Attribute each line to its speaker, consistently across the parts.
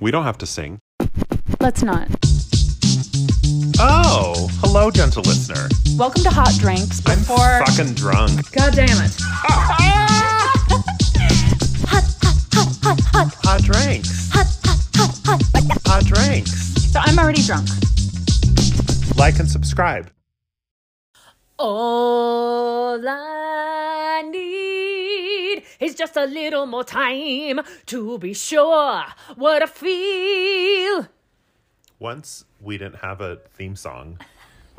Speaker 1: We don't have to sing.
Speaker 2: Let's not.
Speaker 1: Oh, hello, gentle listener.
Speaker 2: Welcome to Hot Drinks.
Speaker 1: I'm
Speaker 2: Before.
Speaker 1: fucking drunk.
Speaker 2: God damn it.
Speaker 1: Hot drinks. Hot drinks.
Speaker 2: So I'm already drunk.
Speaker 1: Like and subscribe.
Speaker 3: All I need is just a little more time to be sure what I feel.
Speaker 1: Once we didn't have a theme song.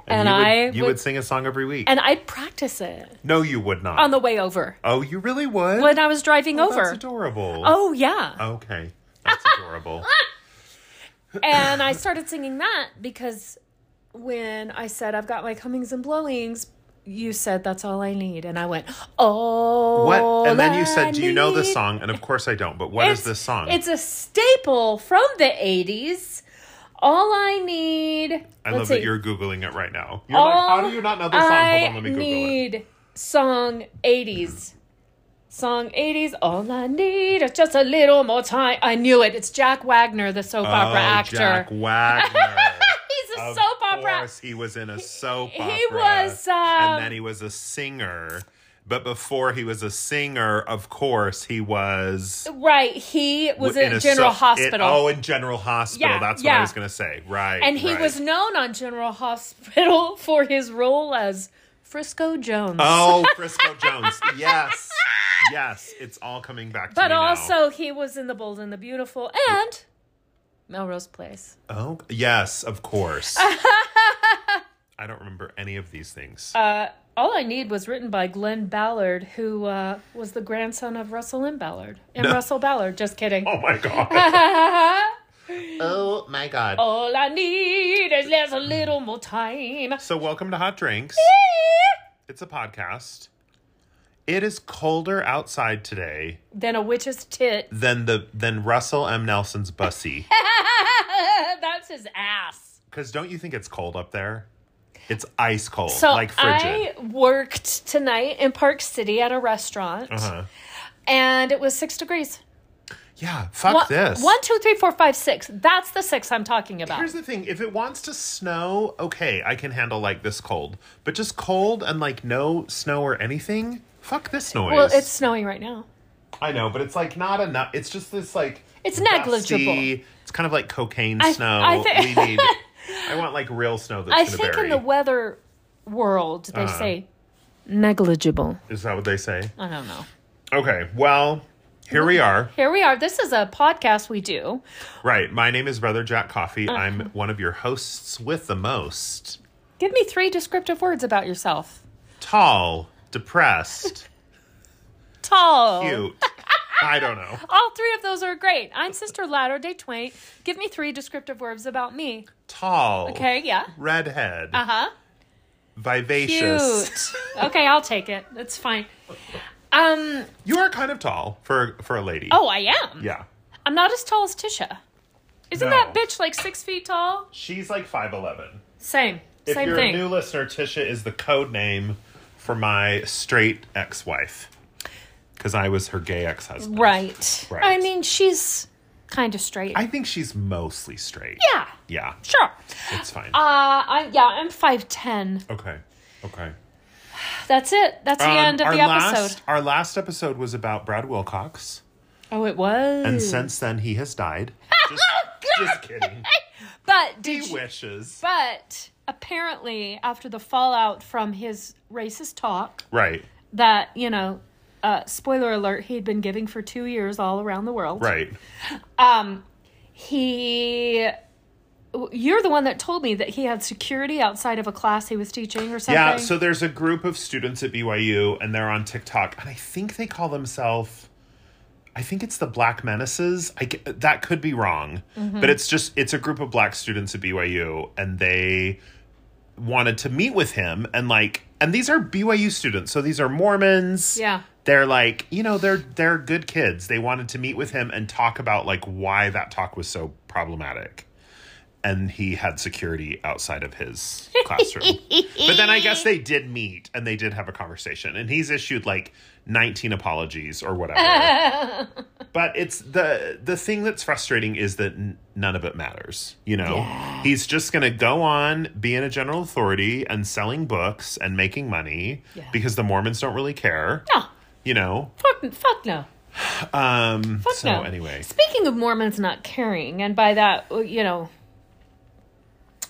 Speaker 3: And
Speaker 1: you would,
Speaker 3: I
Speaker 1: you
Speaker 3: would-
Speaker 1: would sing a song every week.
Speaker 3: And I'd practice it
Speaker 1: no, you would not.
Speaker 3: on the way over
Speaker 1: oh, you really would?
Speaker 3: when I was driving
Speaker 1: Oh, That's
Speaker 3: over.
Speaker 1: adorable.
Speaker 3: Oh, yeah.
Speaker 1: Okay. That's adorable.
Speaker 3: and I started singing that because when I said, I've got my comings and blowings. You said that's all I need, and I went, "Oh."
Speaker 1: What? And then you said, "Do you know this song?" And of course I don't. But what is this song?
Speaker 3: It's a staple from the 80s. All I need.
Speaker 1: I
Speaker 3: let's
Speaker 1: love
Speaker 3: see.
Speaker 1: that you're googling it right now. You're like, "How do you not know this
Speaker 3: All
Speaker 1: song?"
Speaker 3: I
Speaker 1: Hold on, let me Google it.
Speaker 3: need song 80s. Song 80s. All I need is just a little more time. I knew it. It's Jack Wagner, the soap opera
Speaker 1: oh,
Speaker 3: actor.
Speaker 1: Jack Wagner.
Speaker 3: He's a
Speaker 1: Of
Speaker 3: soap opera.
Speaker 1: course, he was in a soap
Speaker 3: he
Speaker 1: opera.
Speaker 3: was, um,
Speaker 1: and then he was a singer. But before he was a singer, of course, he was
Speaker 3: Right. He was
Speaker 1: in
Speaker 3: at
Speaker 1: a
Speaker 3: General
Speaker 1: so-
Speaker 3: Hospital.
Speaker 1: in- oh, in General Hospital.
Speaker 3: Yeah,
Speaker 1: That's what
Speaker 3: yeah.
Speaker 1: I was going to say. Right.
Speaker 3: and he
Speaker 1: right.
Speaker 3: was known on General Hospital for his role as Frisco Jones.
Speaker 1: Oh, Frisco Jones. Yes. Yes. It's all coming back to
Speaker 3: But
Speaker 1: me now.
Speaker 3: also, he was in The Bold and the Beautiful and Melrose Place.
Speaker 1: Oh, yes, of course. I don't remember any of these things.
Speaker 3: Uh, All I Need was written by Glenn Ballard, who uh, was the grandson of Russell M. Ballard. And
Speaker 1: No.
Speaker 3: Russell Ballard, just kidding.
Speaker 1: oh my god. oh my god.
Speaker 3: All I need is just a little more time.
Speaker 1: So, welcome to Hot Drinks. It's a podcast. It is colder outside today
Speaker 3: Then a witch's tit.
Speaker 1: than the than Russell M. Nelson's bussy.
Speaker 3: That's his ass.
Speaker 1: Because don't you think it's cold up there? It's ice cold,
Speaker 3: So
Speaker 1: like frigid.
Speaker 3: I worked tonight in Park City at a restaurant,
Speaker 1: Uh-huh.
Speaker 3: and it was six degrees.
Speaker 1: Yeah, fuck
Speaker 3: One-
Speaker 1: this.
Speaker 3: One, two, three, four, five, six. That's the six I'm talking about.
Speaker 1: Here's the thing: if it wants to snow, okay, I can handle like this cold. But just cold and like no snow or anything, fuck this noise.
Speaker 3: well, it's snowing right now.
Speaker 1: I know, but it's like not enough. It's just this like
Speaker 3: It's negligible.
Speaker 1: dusty- It's kind of like cocaine
Speaker 3: I-
Speaker 1: snow.
Speaker 3: I thi-
Speaker 1: we need. I want like real snow that's
Speaker 3: I
Speaker 1: gonna
Speaker 3: think
Speaker 1: vary. Uh-huh.
Speaker 3: in the weather world they say negligible.
Speaker 1: Is that what they say?
Speaker 3: I don't know.
Speaker 1: Okay, well, here we are.
Speaker 3: Here we are. This is a podcast we do.
Speaker 1: Right, my name is Brother Jack Coffee.
Speaker 3: Uh-huh.
Speaker 1: I'm one of your hosts with the most
Speaker 3: Give me three descriptive words about yourself.
Speaker 1: tall, depressed,
Speaker 3: Tall.
Speaker 1: cute. I don't know.
Speaker 3: All three of those are great. I'm Sister Latter Day Twain. Give me three descriptive words about me.
Speaker 1: Tall.
Speaker 3: Okay, yeah.
Speaker 1: redhead,
Speaker 3: Uh huh.
Speaker 1: vivacious.
Speaker 3: Cute. okay, I'll take it. That's fine. Um.
Speaker 1: You are kind of tall for for a lady.
Speaker 3: Oh, I am.
Speaker 1: yeah,
Speaker 3: I'm not as tall as Tisha. Isn't
Speaker 1: No.
Speaker 3: that bitch like six feet tall?
Speaker 1: she's like five eleven.
Speaker 3: Same.
Speaker 1: If
Speaker 3: Same
Speaker 1: you're
Speaker 3: thing.
Speaker 1: a new listener, Tisha is the code name for my straight ex wife because I was her gay ex husband.
Speaker 3: Right.
Speaker 1: Right.
Speaker 3: I mean, she's kind of straight.
Speaker 1: I think she's mostly straight.
Speaker 3: yeah,
Speaker 1: Yeah,
Speaker 3: sure.
Speaker 1: it's fine.
Speaker 3: Uh, I'm yeah, I'm five ten.
Speaker 1: okay, okay. Um,
Speaker 3: That's it. That's the end of
Speaker 1: our
Speaker 3: the episode.
Speaker 1: last our last episode was about Brad Wilcox,
Speaker 3: oh, it was.
Speaker 1: and since then he has died. Just, just kidding.
Speaker 3: but did
Speaker 1: He
Speaker 3: you,
Speaker 1: wishes.
Speaker 3: but apparently after the fallout from his racist talk
Speaker 1: Right,
Speaker 3: that you know. Uh, spoiler alert, he'd been giving for two years all around the world.
Speaker 1: right.
Speaker 3: Um, he, you're the one that told me that he had security outside of a class he was teaching or something.
Speaker 1: Yeah, so there's a group of students at BYU and they're on TikTok and I think they call themselves I think it's the Black Menaces. I ge- that could be wrong,
Speaker 3: Mm-hmm.
Speaker 1: but it's just it's a group of black students at BYU and they wanted to meet with him and like and these are BYU students. So these are Mormons.
Speaker 3: Yeah.
Speaker 1: They're like, you know, they're they're good kids. They wanted to meet with him and talk about like why that talk was so problematic and he had security outside of his classroom. but then I
Speaker 3: Eh.
Speaker 1: guess they did meet and they did have a conversation, and he's issued like 19 apologies or whatever. but it's the the thing that's frustrating is that n- none of it matters. You know, he's just going to go on being a general authority and selling books and making money
Speaker 3: Yeah.
Speaker 1: because the Mormons don't really care.
Speaker 3: No,
Speaker 1: You know,
Speaker 3: fuck, fuck no.
Speaker 1: um,
Speaker 3: Fuck
Speaker 1: so
Speaker 3: no.
Speaker 1: anyway,
Speaker 3: Speaking of Mormons not caring, and by that, uh, you know,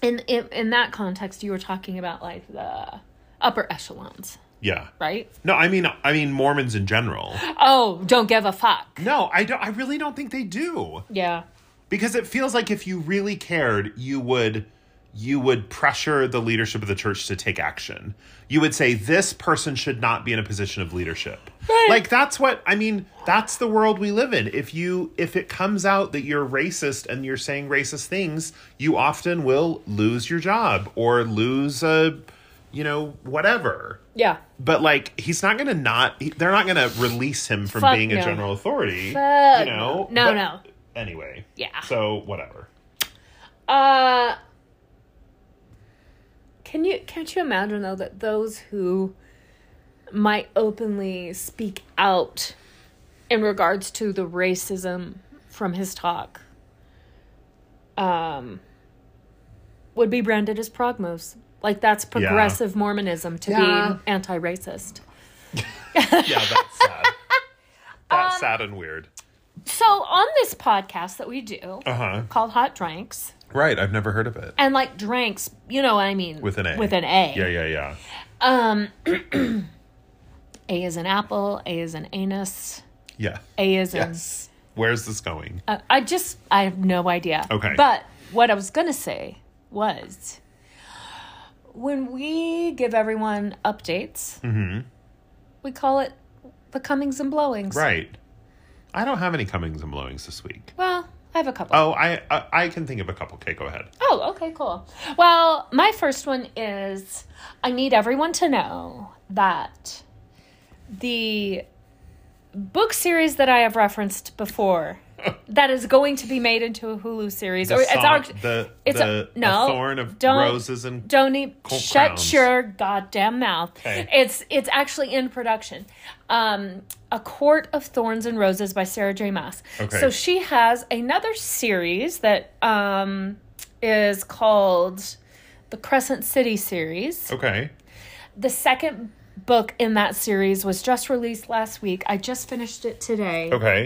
Speaker 3: in, in in that context, you were talking about like the upper echelons,
Speaker 1: yeah.
Speaker 3: right?
Speaker 1: No, I mean, I mean Mormons in general.
Speaker 3: Oh, don't give a fuck.
Speaker 1: No, I don't. I really don't think they do
Speaker 3: Yeah,
Speaker 1: because it feels like if you really cared, you would you would pressure the leadership of the church to take action. You would say this person should not be in a position of leadership.
Speaker 3: Right.
Speaker 1: Like that's what I mean. That's the world we live in. If you if it comes out that you're racist and you're saying racist things, you often will lose your job or lose a you know whatever
Speaker 3: yeah.
Speaker 1: but like he's not gonna not he- they're not gonna release him from
Speaker 3: Fuck
Speaker 1: being a
Speaker 3: no.
Speaker 1: general authority
Speaker 3: Fuck
Speaker 1: you know but-
Speaker 3: no. No, no.
Speaker 1: anyway
Speaker 3: Yeah.
Speaker 1: so whatever
Speaker 3: Uh, can you can't you imagine though that those who might openly speak out in regards to the racism from his talk um would be branded as progmos like that's progressive mormonism to
Speaker 1: Yeah.
Speaker 3: being anti-racist
Speaker 1: yeah that's sad that's
Speaker 3: Um,
Speaker 1: sad and weird
Speaker 3: so on this podcast that we do
Speaker 1: uh-huh
Speaker 3: called hot drinks
Speaker 1: right i've never heard of it
Speaker 3: and like drinks you know what i mean
Speaker 1: with an a
Speaker 3: with an a
Speaker 1: yeah yeah yeah
Speaker 3: Um, A is an apple. A is an anus.
Speaker 1: yeah
Speaker 3: A is an.
Speaker 1: yes where's this going
Speaker 3: Uh, I just I have no idea.
Speaker 1: Okay.
Speaker 3: But what I was gonna say was, when we give everyone updates,
Speaker 1: Mm-hmm.
Speaker 3: we call it the comings and blowings.
Speaker 1: right i don't have any comings and blowings this week
Speaker 3: Well, I have a couple.
Speaker 1: oh i i, I can think of a couple okay go ahead
Speaker 3: Oh, okay, cool. Well, my first one is I need everyone to know that the book series that I have referenced before that is going to be made into a Hulu series
Speaker 1: the,
Speaker 3: or it's
Speaker 1: song-
Speaker 3: our
Speaker 1: the,
Speaker 3: it's
Speaker 1: the,
Speaker 3: a no
Speaker 1: a thorn of
Speaker 3: don't,
Speaker 1: roses and
Speaker 3: don't e-
Speaker 1: Colt
Speaker 3: shut
Speaker 1: Crowns.
Speaker 3: your goddamn mouth.
Speaker 1: Okay.
Speaker 3: It's it's actually in production. Um, a Court of Thorns and Roses by Sarah J. Maas.
Speaker 1: Okay.
Speaker 3: So she has another series that um is called the Crescent City series.
Speaker 1: okay
Speaker 3: The second book in that series was just released last week. I just finished it today.
Speaker 1: okay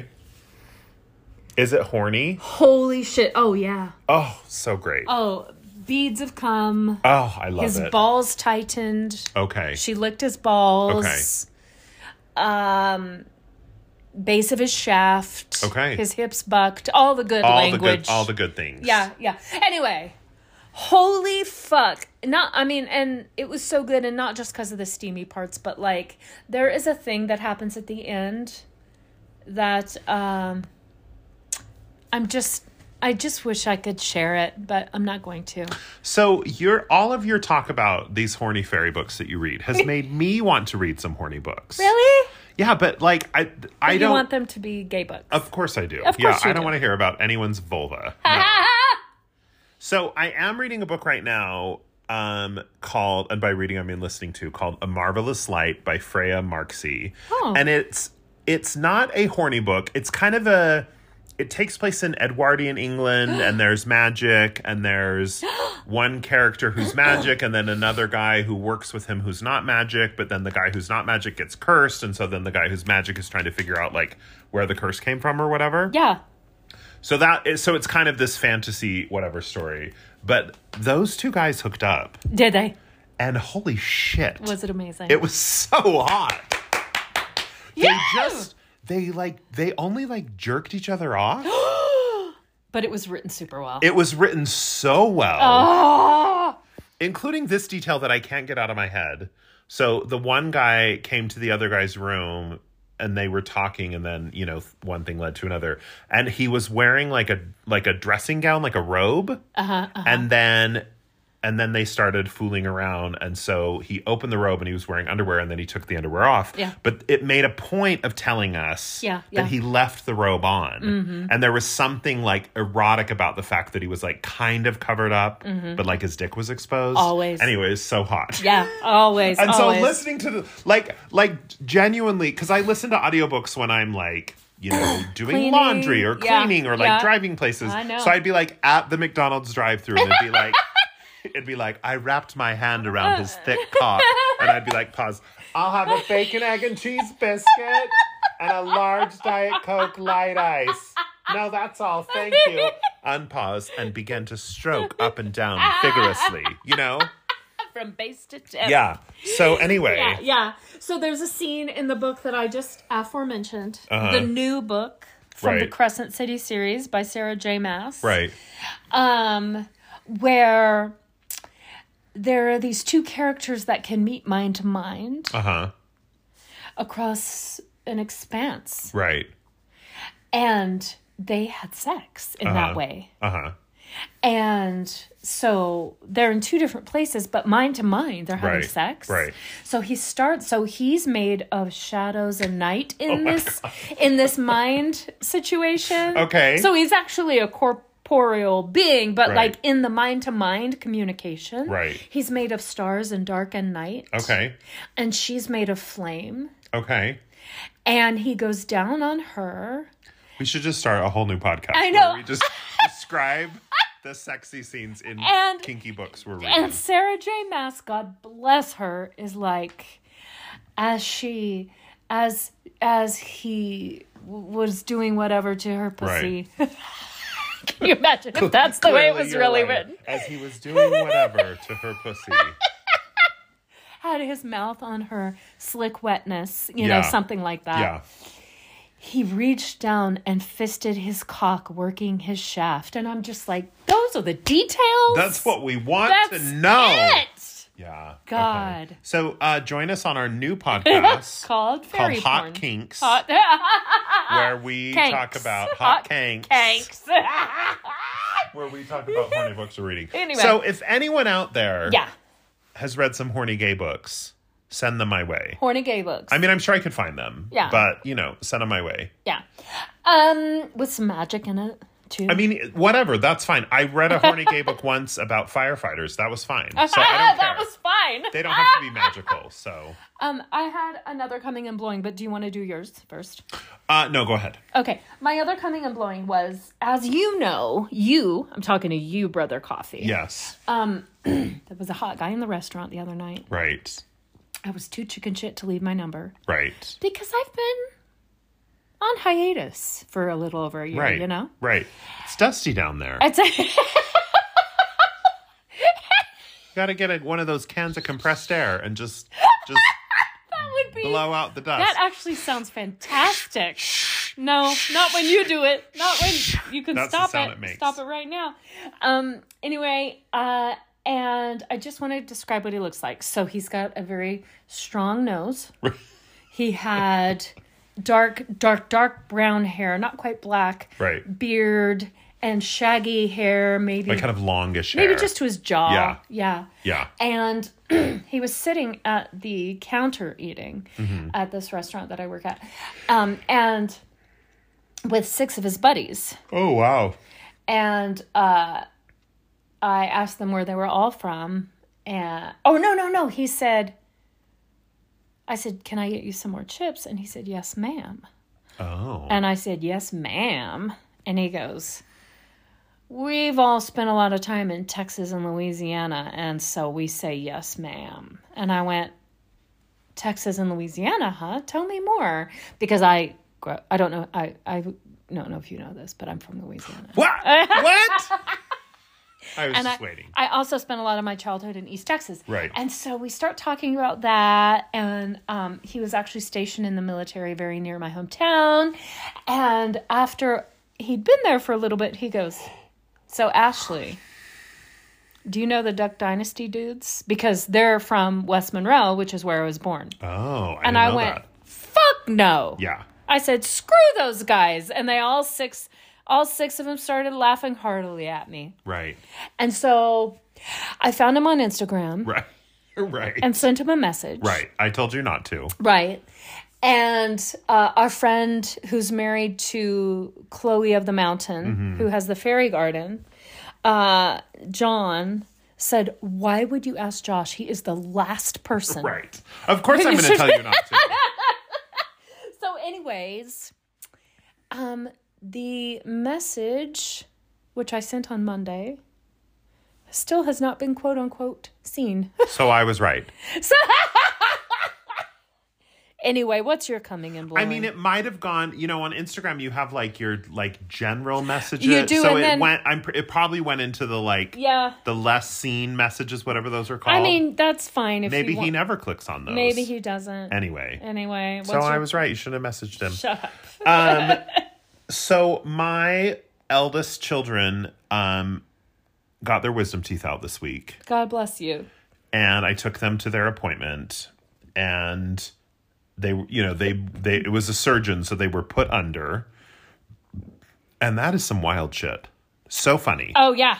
Speaker 1: is it horny
Speaker 3: Holy shit. Oh yeah.
Speaker 1: Oh, so great. Oh,
Speaker 3: Oh, beads have come.
Speaker 1: I love
Speaker 3: His
Speaker 1: it.
Speaker 3: balls tightened.
Speaker 1: okay.
Speaker 3: She licked his balls. Um, base of his shaft.
Speaker 1: Okay.
Speaker 3: His hips bucked. All the good
Speaker 1: all the
Speaker 3: language.
Speaker 1: good all the good things.
Speaker 3: yeah, yeah. Anyway, holy fuck! Not, I mean, and it was so good, and not just because of the steamy parts, but like there is a thing that happens at the end that um, I'm just. I just wish I could share it, but I'm not going to.
Speaker 1: So your all of your talk about these horny fairy books that you read has made me want to read some horny books.
Speaker 3: Really?
Speaker 1: Yeah, but like I I
Speaker 3: I
Speaker 1: don't Uh,
Speaker 3: you want them to be gay books.
Speaker 1: Of course I do.
Speaker 3: Of
Speaker 1: yeah,
Speaker 3: course you
Speaker 1: I don't
Speaker 3: do.
Speaker 1: want to hear about anyone's vulva. No. so I am reading a book right now um called and by reading I mean listening to called A Marvelous Light by Freya Marksey.
Speaker 3: Oh.
Speaker 1: And it's it's not a horny book. It's kind of a it takes place in Edwardian England and there's magic and there's one character who's magic and then another guy who works with him who's not magic, but then the guy who's not magic gets cursed and so then the guy who's magic is trying to figure out like where the curse came from or whatever.
Speaker 3: yeah.
Speaker 1: So that is so it's kind of this fantasy whatever story, but those two guys hooked up
Speaker 3: Did they?
Speaker 1: and holy shit.
Speaker 3: Was it amazing?
Speaker 1: It was so hot. They just they like they only like jerked each other off.
Speaker 3: but it was written super well.
Speaker 1: It was written so well,
Speaker 3: oh,
Speaker 1: including this detail that I can't get out of my head. So the one guy came to the other guy's room and they were talking and then, you know, one thing led to another. And he was wearing like a like a dressing gown, like a robe.
Speaker 3: uh-huh, uh-huh.
Speaker 1: And then And then they started fooling around. And so he opened the robe and he was wearing underwear and then he took the underwear off.
Speaker 3: Yeah.
Speaker 1: But it made a point of telling us
Speaker 3: Yeah, yeah. Mm-hmm.
Speaker 1: that he left the robe on. And there was something like erotic about the fact that he was like kind of covered up, but like his dick was exposed.
Speaker 3: Mm-hmm. Always.
Speaker 1: Anyways, so hot.
Speaker 3: Yeah, always.
Speaker 1: And so
Speaker 3: always.
Speaker 1: listening to the like like genuinely cuz I listen to audiobooks when I'm like you know, doing
Speaker 3: Cleaning,
Speaker 1: laundry or
Speaker 3: yeah,
Speaker 1: cleaning or like
Speaker 3: yeah.
Speaker 1: driving places.
Speaker 3: I know.
Speaker 1: So I'd be like at the McDonald's drive-through and it'd be like it'd be like I wrapped my hand around his thick cock and I'd be like pause. I'll have a bacon egg and cheese biscuit and a large diet coke light ice. No, that's all. Thank you. Unpause and begin to stroke up and down vigorously, you know?
Speaker 3: from base to tip.
Speaker 1: Yeah. So anyway,
Speaker 3: Yeah, yeah. So there's a scene in the book that I just aforementioned,
Speaker 1: Uh-huh.
Speaker 3: the new book from the
Speaker 1: Right.
Speaker 3: Crescent City series by Sarah J. Mass.
Speaker 1: Right.
Speaker 3: Um, where there are these two characters that can meet mind to mind
Speaker 1: Uh huh.
Speaker 3: across an expanse,
Speaker 1: Right.
Speaker 3: and they had sex in that way.
Speaker 1: Uh huh.
Speaker 3: And so they're in two different places, but mind to mind, they're having
Speaker 1: Right,
Speaker 3: sex.
Speaker 1: right.
Speaker 3: So he starts. So he's made of shadows and night
Speaker 1: Oh
Speaker 3: in this in this mind situation.
Speaker 1: Okay.
Speaker 3: So he's actually a corporeal being, but
Speaker 1: Right.
Speaker 3: like in the mind to mind communication.
Speaker 1: Right.
Speaker 3: He's made of stars and dark and night.
Speaker 1: Okay.
Speaker 3: And she's made of flame.
Speaker 1: Okay.
Speaker 3: And he goes down on her.
Speaker 1: We should just start a whole new podcast.
Speaker 3: I know.
Speaker 1: Where we just describe the sexy scenes in
Speaker 3: And-
Speaker 1: kinky books we're reading.
Speaker 3: And Sarah J. Mass, God bless her, is like, as she, as as he w- was doing whatever to her pussy. Can you imagine if that's the way it
Speaker 1: Clearly
Speaker 3: was
Speaker 1: you're
Speaker 3: really
Speaker 1: right.
Speaker 3: written?
Speaker 1: As he was doing whatever to her pussy.
Speaker 3: Had his mouth on her slick wetness, you
Speaker 1: Yeah.
Speaker 3: know, something like that.
Speaker 1: Yeah.
Speaker 3: He reached down and fisted his cock, working his shaft, and I'm just like, those are the details.
Speaker 1: That's what we want
Speaker 3: That's
Speaker 1: to know.
Speaker 3: it.
Speaker 1: Yeah. okay.
Speaker 3: God.
Speaker 1: So uh, join us on our new podcast
Speaker 3: Called
Speaker 1: called
Speaker 3: fairy
Speaker 1: Hot
Speaker 3: porn.
Speaker 1: Kinks,
Speaker 3: Hot-
Speaker 1: where we talk
Speaker 3: Kanks.
Speaker 1: about hot,
Speaker 3: Hot
Speaker 1: kinks.
Speaker 3: Thanks.
Speaker 1: Where we talk about horny books we're reading.
Speaker 3: Anyway.
Speaker 1: So if anyone out there
Speaker 3: yeah,
Speaker 1: has read some horny gay books, send them my way.
Speaker 3: horny gay books.
Speaker 1: I mean, I'm sure I could find them.
Speaker 3: Yeah.
Speaker 1: But, you know, send them my way.
Speaker 3: yeah, um, with some magic in it too.
Speaker 1: I mean, whatever. That's fine. I read a horny gay book once about firefighters. That was fine. So I don't care.
Speaker 3: that was fine.
Speaker 1: They don't have to be magical. So,
Speaker 3: Um, I had another coming and blowing, but do you want to do yours first?
Speaker 1: uh, no, go ahead.
Speaker 3: Okay, my other coming and blowing was, as you know, you. I'm talking to you, brother Coffee. Um,
Speaker 1: Yes.
Speaker 3: There was a hot guy in the restaurant the other night.
Speaker 1: right.
Speaker 3: I was too chicken shit to leave my number.
Speaker 1: Right.
Speaker 3: because I've been on hiatus for a little over a year,
Speaker 1: Right.
Speaker 3: you know?
Speaker 1: Right. It's dusty down there.
Speaker 3: It's
Speaker 1: you got to get a, one of those cans of compressed air and just just
Speaker 3: that would be
Speaker 1: blow out the dust.
Speaker 3: That actually sounds fantastic. No, not when you do it. Not when you can
Speaker 1: That's the
Speaker 3: stop
Speaker 1: sound
Speaker 3: it.
Speaker 1: it makes.
Speaker 3: Stop it right now. Um anyway, uh and I just want to describe what he looks like. So he's got a very strong nose. he had dark dark dark brown hair, not quite black.
Speaker 1: right.
Speaker 3: Beard and shaggy hair, maybe
Speaker 1: Like kind of longish hair.
Speaker 3: Maybe just to his jaw.
Speaker 1: Yeah.
Speaker 3: Yeah.
Speaker 1: Yeah.
Speaker 3: And he was sitting at the counter eating at this restaurant that I work at. Um, and with six of his buddies.
Speaker 1: Oh, wow.
Speaker 3: And uh, I asked them where they were all from. And oh, no, no, no. He said, I said, Can I get you some more chips? And he said, Yes, ma'am.
Speaker 1: Oh.
Speaker 3: And I said, Yes, ma'am. And he goes, We've all spent a lot of time in Texas and Louisiana, and so we say, Yes, ma'am. And I went, Texas and Louisiana, huh? Tell me more. Because I, grew- I don't know, I, I don't know if you know this, but I'm from Louisiana.
Speaker 1: What? what? I was
Speaker 3: And
Speaker 1: just
Speaker 3: I,
Speaker 1: waiting.
Speaker 3: I also spent a lot of my childhood in East Texas.
Speaker 1: Right.
Speaker 3: And so we start talking about that. And um, he was actually stationed in the military very near my hometown. And after he'd been there for a little bit, he goes, So, Ashley, do you know the Duck Dynasty dudes? Because they're from West Monroe, which is where I was born.
Speaker 1: Oh, I didn't
Speaker 3: and I
Speaker 1: know
Speaker 3: went,
Speaker 1: that.
Speaker 3: Fuck no.
Speaker 1: Yeah.
Speaker 3: I said, "Screw those guys!" And they all six, all six of them started laughing heartily at me.
Speaker 1: Right.
Speaker 3: And so I found him on Instagram
Speaker 1: Right. Right.
Speaker 3: and sent him a message.
Speaker 1: right. I told you not to.
Speaker 3: Right. And uh, our friend who's married to Chloe of the Mountain,
Speaker 1: Mm-hmm.
Speaker 3: who has the fairy garden, uh, John said, Why would you ask Josh? He is the last person.
Speaker 1: Right. Of course I'm going to tell you not to.
Speaker 3: So, anyways, um, the message, which I sent on Monday, still has not been quote unquote seen.
Speaker 1: So I was right.
Speaker 3: anyway, what's your coming in
Speaker 1: I
Speaker 3: blowing?
Speaker 1: mean, it might have gone. You know, on Instagram, you have like your like general messages.
Speaker 3: You do,
Speaker 1: so
Speaker 3: and
Speaker 1: it
Speaker 3: then-
Speaker 1: went. I'm. pr- It probably went into the like.
Speaker 3: yeah.
Speaker 1: The less seen messages, whatever those are called.
Speaker 3: I mean, that's fine if
Speaker 1: maybe
Speaker 3: you
Speaker 1: he
Speaker 3: want-
Speaker 1: never clicks on those.
Speaker 3: Maybe he doesn't.
Speaker 1: Anyway,
Speaker 3: Anyway, what's
Speaker 1: so I
Speaker 3: your-
Speaker 1: was right. You should have messaged him.
Speaker 3: shut up.
Speaker 1: So my eldest children um got their wisdom teeth out this week.
Speaker 3: God bless you.
Speaker 1: and I took them to their appointment and they you know they they it was a surgeon so they were put under and that is some wild shit so funny
Speaker 3: Oh yeah,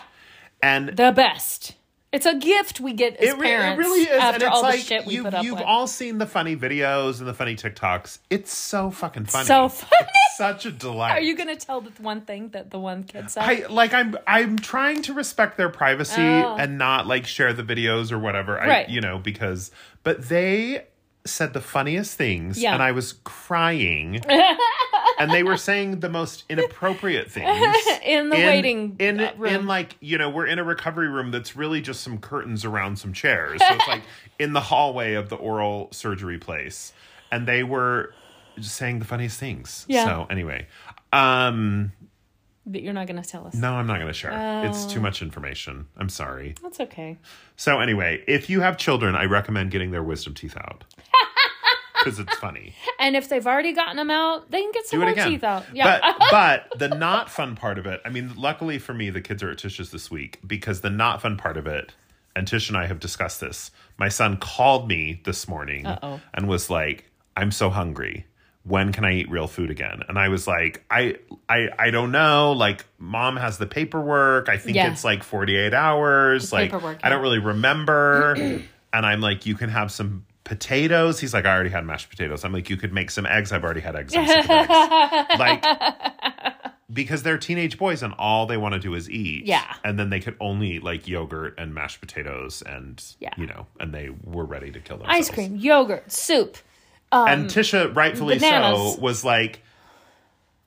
Speaker 1: and
Speaker 3: the best. It's a gift we get as
Speaker 1: it, re- it
Speaker 3: parents
Speaker 1: really is and
Speaker 3: after
Speaker 1: it's
Speaker 3: all
Speaker 1: like
Speaker 3: the shit we
Speaker 1: you've,
Speaker 3: put up
Speaker 1: you've
Speaker 3: with.
Speaker 1: all seen the funny videos and the funny tiktoks it's so fucking funny
Speaker 3: So funny.
Speaker 1: It's such a delight
Speaker 3: Are you gonna tell the one thing that the one kid said?
Speaker 1: I like I'm I'm trying to respect their privacy
Speaker 3: Oh.
Speaker 1: and not like share the videos or whatever.
Speaker 3: Right.
Speaker 1: I you know, because but they said the funniest things
Speaker 3: Yeah.
Speaker 1: and I was crying. and they were saying the most inappropriate things.
Speaker 3: In the waiting,
Speaker 1: in
Speaker 3: uh, room.
Speaker 1: in like, you know, we're in a recovery room that's really just some curtains around some chairs. So it's like in the hallway of the oral surgery place. And they were just saying the funniest things.
Speaker 3: Yeah.
Speaker 1: So anyway. Um
Speaker 3: but you're not gonna tell us.
Speaker 1: no, I'm not going to share. It's too much information. I'm sorry.
Speaker 3: That's okay.
Speaker 1: So, anyway, if you have children, I recommend getting their wisdom teeth out because it's funny.
Speaker 3: And if they've already gotten them out, they can get some
Speaker 1: Do it
Speaker 3: more
Speaker 1: again.
Speaker 3: teeth out. Yeah. uh,
Speaker 1: But, but the not fun part of it, I mean, luckily for me, the kids are at Tish's this week because the not fun part of it, and Tish and I have discussed this. My son called me this morning
Speaker 3: Uh-oh.
Speaker 1: and was like, I'm so hungry. When can I eat real food again? And I was like, I I I don't know. Like mom has the paperwork. I think
Speaker 3: Yeah.
Speaker 1: it's like 48 hours. like
Speaker 3: paperwork,
Speaker 1: I don't
Speaker 3: yeah.
Speaker 1: really remember. and I'm like, you can have some potatoes. He's like, I already had mashed potatoes. I'm like, you could make some eggs. I've already had eggs. I'm sick of eggs like because they're teenage boys and all they want to do is eat.
Speaker 3: Yeah.
Speaker 1: And then they could only eat like yogurt and mashed potatoes and
Speaker 3: Yeah.
Speaker 1: you know, and they were ready to kill themselves.
Speaker 3: Ice cream, yogurt, soup.
Speaker 1: and Tisha rightfully
Speaker 3: bananas.
Speaker 1: so was like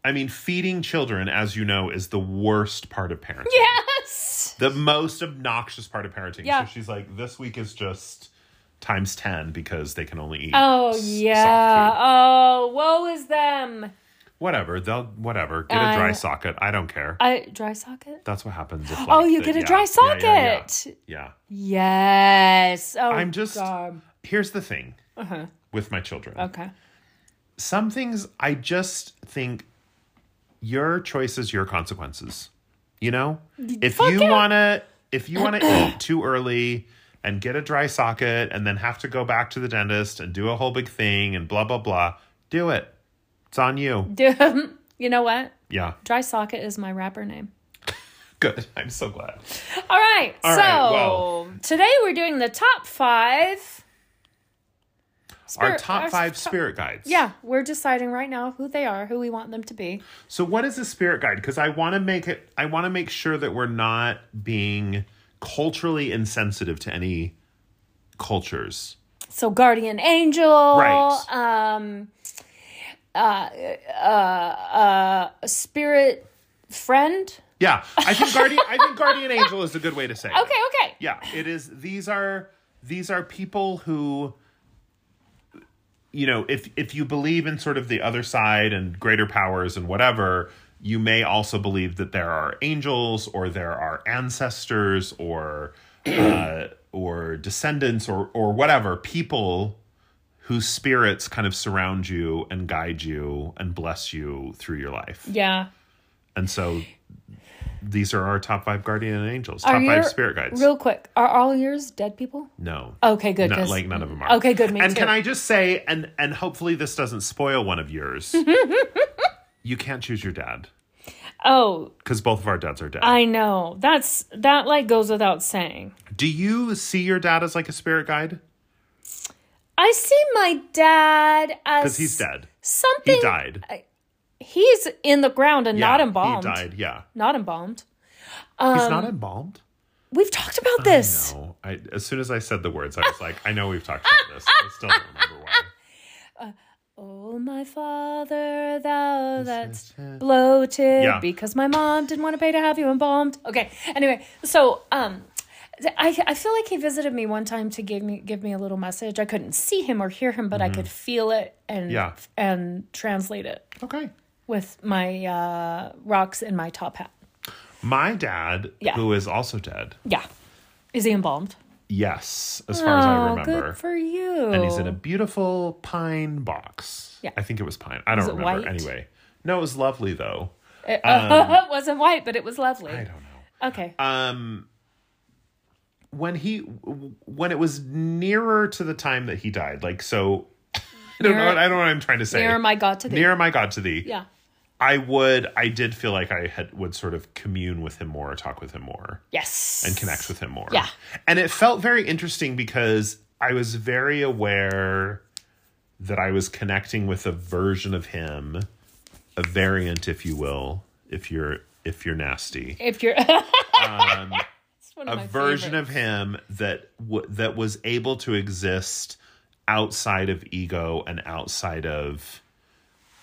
Speaker 1: I mean, feeding children, as you know, is the worst part of parenting.
Speaker 3: Yes.
Speaker 1: The most obnoxious part of parenting.
Speaker 3: Yeah.
Speaker 1: So she's like, this week is just times 10 because they can only eat.
Speaker 3: Oh
Speaker 1: s- soft
Speaker 3: yeah.
Speaker 1: food.
Speaker 3: Oh, woe is them.
Speaker 1: Whatever. They'll, whatever. Get
Speaker 3: I-
Speaker 1: a dry socket. I don't care.
Speaker 3: I dry socket.
Speaker 1: That's what happens. If, like,
Speaker 3: Oh, you
Speaker 1: the-
Speaker 3: get a
Speaker 1: yeah,
Speaker 3: dry
Speaker 1: yeah,
Speaker 3: socket.
Speaker 1: yeah, yeah. Yeah.
Speaker 3: Yes. Oh,
Speaker 1: I'm just-
Speaker 3: God.
Speaker 1: Here's the thing with my children.
Speaker 3: Uh-huh. okay.
Speaker 1: Some things I just think your choices, your consequences. You know, if
Speaker 3: Fuck
Speaker 1: you
Speaker 3: yeah.
Speaker 1: wanna, if you wanna eat too early and get a dry socket and then have to go back to the dentist and do a whole big thing and blah blah blah, do it. It's on you.
Speaker 3: Do- you know what?
Speaker 1: Yeah.
Speaker 3: Dry Socket is my rapper name.
Speaker 1: Good. I'm so glad.
Speaker 3: All right.
Speaker 1: All
Speaker 3: so
Speaker 1: right, well.
Speaker 3: today we're doing the top five.
Speaker 1: our
Speaker 3: spirit-
Speaker 1: top five
Speaker 3: top-
Speaker 1: spirit guides.
Speaker 3: Yeah, we're deciding right now who they are, who we want them to be.
Speaker 1: So what is a spirit guide? Because I want to make it. I want to make sure that we're not being culturally insensitive to any cultures.
Speaker 3: So guardian angel,
Speaker 1: Right.
Speaker 3: um, uh, uh, uh, spirit friend.
Speaker 1: Yeah, I think guardian. I think guardian angel is a good way to say. it.
Speaker 3: Okay, okay.
Speaker 1: Yeah, it is. These are these are people who, you know, if if you believe in sort of the other side and greater powers and whatever, you may also believe that there are angels or there are ancestors or uh, or descendants or or whatever people whose spirits kind of surround you and guide you and bless you through your life.
Speaker 3: Yeah.
Speaker 1: And so these are our top five guardian angels,
Speaker 3: Are
Speaker 1: top
Speaker 3: your-
Speaker 1: five spirit guides.
Speaker 3: Real quick, are all yours dead people?
Speaker 1: no.
Speaker 3: Okay, good.
Speaker 1: No,
Speaker 3: 'cause-
Speaker 1: like none of them are.
Speaker 3: Okay, good. Me
Speaker 1: and
Speaker 3: too.
Speaker 1: can I just say, and and hopefully this doesn't spoil one of yours. you can't choose your dad.
Speaker 3: Oh,
Speaker 1: because both of our dads are dead.
Speaker 3: I know. That's that like goes without saying.
Speaker 1: Do you see your dad as like a spirit guide?
Speaker 3: I see my dad as
Speaker 1: Because he's dead.
Speaker 3: Something
Speaker 1: He died.
Speaker 3: He's in the ground and not
Speaker 1: Yeah,
Speaker 3: embalmed. Um,
Speaker 1: He died. Yeah.
Speaker 3: Not embalmed.
Speaker 1: He's not embalmed.
Speaker 3: We've talked about this.
Speaker 1: No. I, as soon as I said the words, I was like, I know we've talked about this. I still don't remember why.
Speaker 3: Oh, my father, thou that's
Speaker 1: it.
Speaker 3: bloated
Speaker 1: Yeah.
Speaker 3: because my mom didn't want to pay to have you embalmed. Okay. Anyway, so um, th- I I feel like he visited me one time to give me give me a little message. I couldn't see him or hear him, but I could feel it and
Speaker 1: Mm-hmm. Yeah.
Speaker 3: and translate it
Speaker 1: Okay.
Speaker 3: with my uh, rocks in my top hat.
Speaker 1: My dad,
Speaker 3: Yeah.
Speaker 1: who is also dead,
Speaker 3: Yeah. Is he embalmed?
Speaker 1: yes, as far as I
Speaker 3: Oh,
Speaker 1: remember.
Speaker 3: good for you.
Speaker 1: and he's in a beautiful pine box.
Speaker 3: Yeah.
Speaker 1: I think it was pine. I don't
Speaker 3: it
Speaker 1: remember.
Speaker 3: white?
Speaker 1: Anyway. No, it was lovely though.
Speaker 3: it wasn't white, but it was lovely.
Speaker 1: um, I don't know.
Speaker 3: Okay.
Speaker 1: When he when it was nearer to the time that he died, like so I don't know
Speaker 3: Near-
Speaker 1: what, I don't know what I'm trying to say.
Speaker 3: Near my God to thee.
Speaker 1: Near my God to thee.
Speaker 3: yeah.
Speaker 1: I would I did feel like I had would sort of commune with him more, talk with him more.
Speaker 3: Yes.
Speaker 1: and connect with him more.
Speaker 3: Yeah.
Speaker 1: And it felt very interesting because I was very aware that I was connecting with a version of him, a variant, if you will, if you're if you're nasty.
Speaker 3: If you're It's one
Speaker 1: Um,
Speaker 3: of
Speaker 1: A
Speaker 3: my
Speaker 1: version
Speaker 3: favorites.
Speaker 1: of him that w- that was able to exist outside of ego and outside of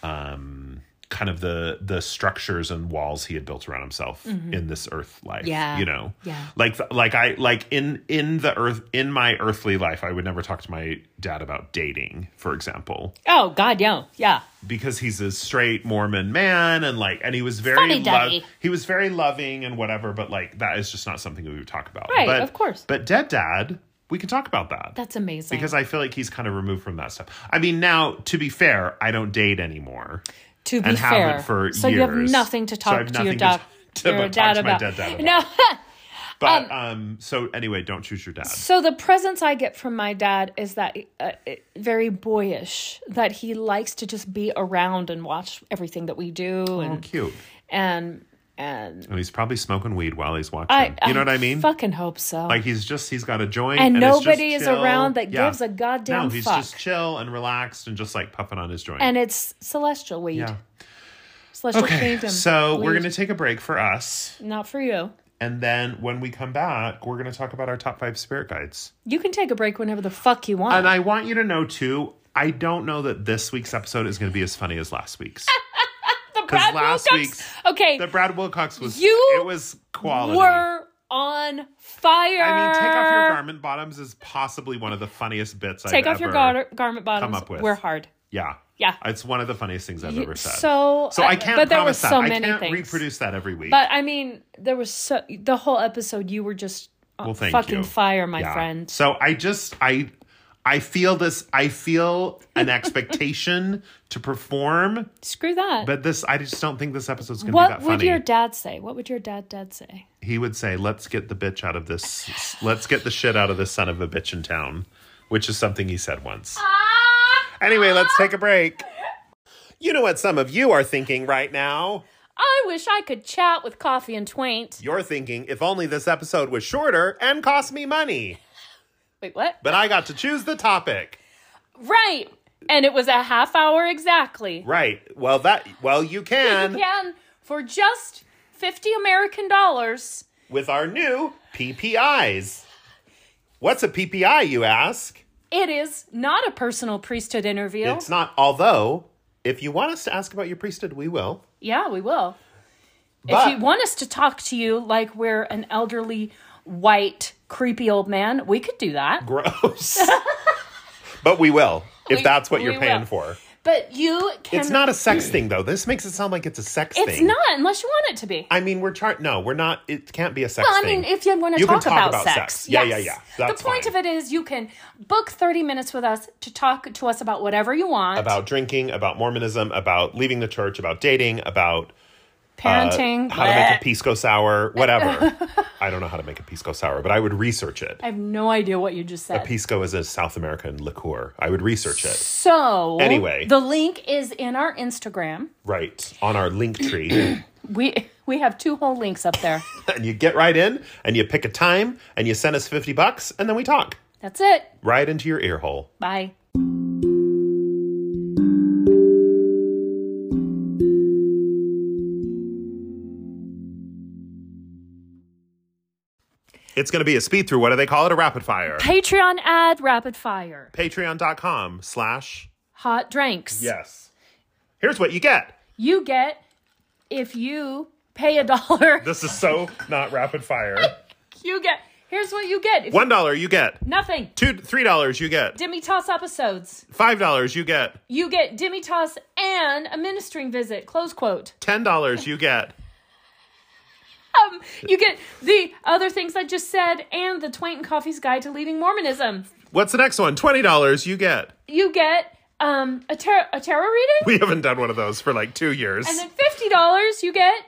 Speaker 1: um kind of the the structures and walls he had built around himself in this earth life
Speaker 3: Mm-hmm. Yeah.
Speaker 1: you know
Speaker 3: Yeah.
Speaker 1: like th- like i like in in the earth in my earthly life i would never talk to my dad about dating for example
Speaker 3: Oh God, yeah. Yeah.
Speaker 1: because he's a straight Mormon man and like and he was very
Speaker 3: Funny
Speaker 1: lov-
Speaker 3: daddy.
Speaker 1: he was very loving and whatever, but like that is just not something we would talk about.
Speaker 3: Right,
Speaker 1: but,
Speaker 3: of course.
Speaker 1: But dead dad, we can talk about that.
Speaker 3: That's amazing.
Speaker 1: because I feel like he's kind of removed from that stuff. I mean, now to be fair, I don't date anymore.
Speaker 3: to be
Speaker 1: and
Speaker 3: fair.
Speaker 1: haven't for
Speaker 3: so you have
Speaker 1: years.
Speaker 3: nothing to
Speaker 1: So I
Speaker 3: talk
Speaker 1: have
Speaker 3: to your
Speaker 1: nothing to
Speaker 3: dad.
Speaker 1: t- to
Speaker 3: your
Speaker 1: talk
Speaker 3: dad
Speaker 1: to my
Speaker 3: about.
Speaker 1: dead dad
Speaker 3: No.
Speaker 1: But um, so anyway, don't choose your dad.
Speaker 3: so the presence I get from my dad is that uh, it- very boyish. That he likes to just be around and watch everything that we do,
Speaker 1: Oh,
Speaker 3: and
Speaker 1: cute.
Speaker 3: and and
Speaker 1: And he's probably smoking weed while he's watching.
Speaker 3: I.
Speaker 1: you know what I mean?
Speaker 3: Fucking hope so.
Speaker 1: Like he's just he's got a joint,
Speaker 3: And
Speaker 1: it's just
Speaker 3: nobody is
Speaker 1: chill.
Speaker 3: around that gives a goddamn
Speaker 1: No, he's
Speaker 3: fuck.
Speaker 1: just chill and relaxed and just like puffing on his joint.
Speaker 3: and it's celestial weed.
Speaker 1: yeah.
Speaker 3: Celestial
Speaker 1: Okay,
Speaker 3: kingdom.
Speaker 1: so we're
Speaker 3: weed.
Speaker 1: gonna take a break for us,
Speaker 3: not for you.
Speaker 1: and then when we come back, we're gonna talk about our top five spirit guides.
Speaker 3: You can take a break whenever the fuck you want.
Speaker 1: And I want you to know too, I don't know that this week's episode is gonna be as funny as last week's.
Speaker 3: the Brad
Speaker 1: last
Speaker 3: Wilcox-
Speaker 1: week's-
Speaker 3: okay,
Speaker 1: the Brad Wilcox was
Speaker 3: You
Speaker 1: it was quality.
Speaker 3: we're on fire.
Speaker 1: I mean, take off your garment bottoms is possibly one of the funniest bits.
Speaker 3: Take
Speaker 1: I've
Speaker 3: off your
Speaker 1: ever-
Speaker 3: gar- garment bottoms.
Speaker 1: up with.
Speaker 3: We're hard.
Speaker 1: Yeah.
Speaker 3: Yeah.
Speaker 1: It's one of the funniest things I've
Speaker 3: You-
Speaker 1: ever said.
Speaker 3: so-
Speaker 1: so
Speaker 3: I-
Speaker 1: I can't
Speaker 3: but there were
Speaker 1: promise
Speaker 3: so
Speaker 1: that.
Speaker 3: many
Speaker 1: I can't
Speaker 3: things.
Speaker 1: reproduce that every week.
Speaker 3: But I mean, there was so the whole episode. You were just on
Speaker 1: well, thank
Speaker 3: fucking
Speaker 1: you.
Speaker 3: fire, my
Speaker 1: Yeah.
Speaker 3: friend.
Speaker 1: So I just I I feel this I feel an expectation to perform,
Speaker 3: Screw that.
Speaker 1: but this I just don't think this episode's going to be
Speaker 3: what
Speaker 1: that
Speaker 3: would
Speaker 1: funny.
Speaker 3: your dad say? What would your dad dad say?
Speaker 1: he would say, "Let's get the bitch out of this. Let's get the shit out of this son of a bitch in town," which is something he said once. Anyway, let's take a break. You know what some of you are thinking right now?
Speaker 3: I wish I could chat with Coffee and Twaint.
Speaker 1: You're thinking, if only this episode was shorter and cost me money.
Speaker 3: Wait, what?
Speaker 1: But I got to choose the topic.
Speaker 3: Right. And it was a half hour exactly.
Speaker 1: Right. Well, that well you can
Speaker 3: You can for just 50 American dollars.
Speaker 1: with our new PPIs. What's a PPI, you ask?
Speaker 3: It is not a personal priesthood interview.
Speaker 1: It's not although if you want us to ask about your priesthood, we will.
Speaker 3: yeah, we will.
Speaker 1: But-
Speaker 3: if you want us to talk to you like we're an elderly, white, creepy old man, we could do that.
Speaker 1: Gross. but we will if
Speaker 3: We-
Speaker 1: that's what
Speaker 3: we
Speaker 1: you're paying
Speaker 3: will.
Speaker 1: for.
Speaker 3: But you can.
Speaker 1: It's not a sex thing though. This makes it sound like it's a sex
Speaker 3: It's
Speaker 1: thing.
Speaker 3: not, unless you want it to be.
Speaker 1: I mean, we're char- no, we're not. It can't be a sex
Speaker 3: Well, I
Speaker 1: thing.
Speaker 3: mean, if you want to
Speaker 1: You can
Speaker 3: talk,
Speaker 1: talk
Speaker 3: about,
Speaker 1: about
Speaker 3: sex,
Speaker 1: sex. Yeah, yeah,
Speaker 3: yes.
Speaker 1: yeah. That's
Speaker 3: the point
Speaker 1: fine.
Speaker 3: of it is, you can book thirty minutes with us to talk to us about whatever you want,
Speaker 1: about uh, drinking, about Mormonism, about leaving the church, about dating, about uh,
Speaker 3: parenting,
Speaker 1: how to make
Speaker 3: bleh.
Speaker 1: a pisco sour, whatever. I don't know how to make a pisco sour, but I would research it.
Speaker 3: I have no idea what you just said.
Speaker 1: Pisco is a South American liqueur. I would research it.
Speaker 3: So
Speaker 1: Anyway.
Speaker 3: the link is in our Instagram.
Speaker 1: Right on our link tree.
Speaker 3: We We have two whole links up there.
Speaker 1: and you get right in and you pick a time and you send us 50 bucks and then we talk
Speaker 3: That's it.
Speaker 1: right into your ear hole.
Speaker 3: Bye.
Speaker 1: It's going to be a speed through. What do they call it? A rapid fire.
Speaker 3: Patreon ad rapid fire.
Speaker 1: Patreon.com slash.
Speaker 3: Hot drinks.
Speaker 1: Yes. Here's what you get.
Speaker 3: You get if you pay a dollar,
Speaker 1: This is so not rapid fire.
Speaker 3: you get here's what you get. If
Speaker 1: One dollar you get.
Speaker 3: nothing.
Speaker 1: Two, three dollars you get.
Speaker 3: Dimmy toss episodes.
Speaker 1: Five dollars you get.
Speaker 3: You get Dimmy toss and a ministering visit. Close quote.
Speaker 1: Ten dollars you get.
Speaker 3: Um, you get the other things I just said and the Twain and Coffee's Guide to Leaving Mormonism.
Speaker 1: What's the next one? Twenty dollars you get.
Speaker 3: You get um a, tar- a tarot reading.
Speaker 1: We haven't done one of those for like two years.
Speaker 3: And then fifty dollars, you get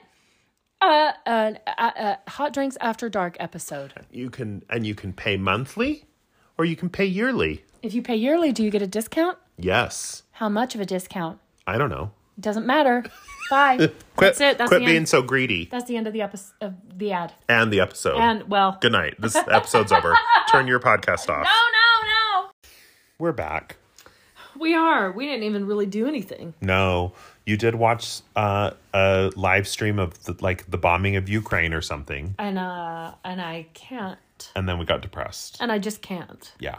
Speaker 3: uh, an- a, a hot drinks after dark episode.
Speaker 1: you can and you can pay monthly, or you can pay yearly.
Speaker 3: If you pay yearly, do you get a discount?
Speaker 1: Yes.
Speaker 3: How much of a discount?
Speaker 1: I don't know.
Speaker 3: It doesn't matter. Bye.
Speaker 1: Quit,
Speaker 3: That's it. That's
Speaker 1: quit
Speaker 3: the
Speaker 1: being
Speaker 3: end.
Speaker 1: so greedy.
Speaker 3: That's the end of the episode of the ad.
Speaker 1: And the episode.
Speaker 3: And well,
Speaker 1: Good night. This episode's over. Turn your podcast off.
Speaker 3: no, no, no.
Speaker 1: We're back.
Speaker 3: We are. We didn't even really do anything.
Speaker 1: No, you did watch uh, a live stream of the, like the bombing of Ukraine or something,
Speaker 3: And uh, and I can't.
Speaker 1: and then we got depressed.
Speaker 3: And I just can't.
Speaker 1: Yeah.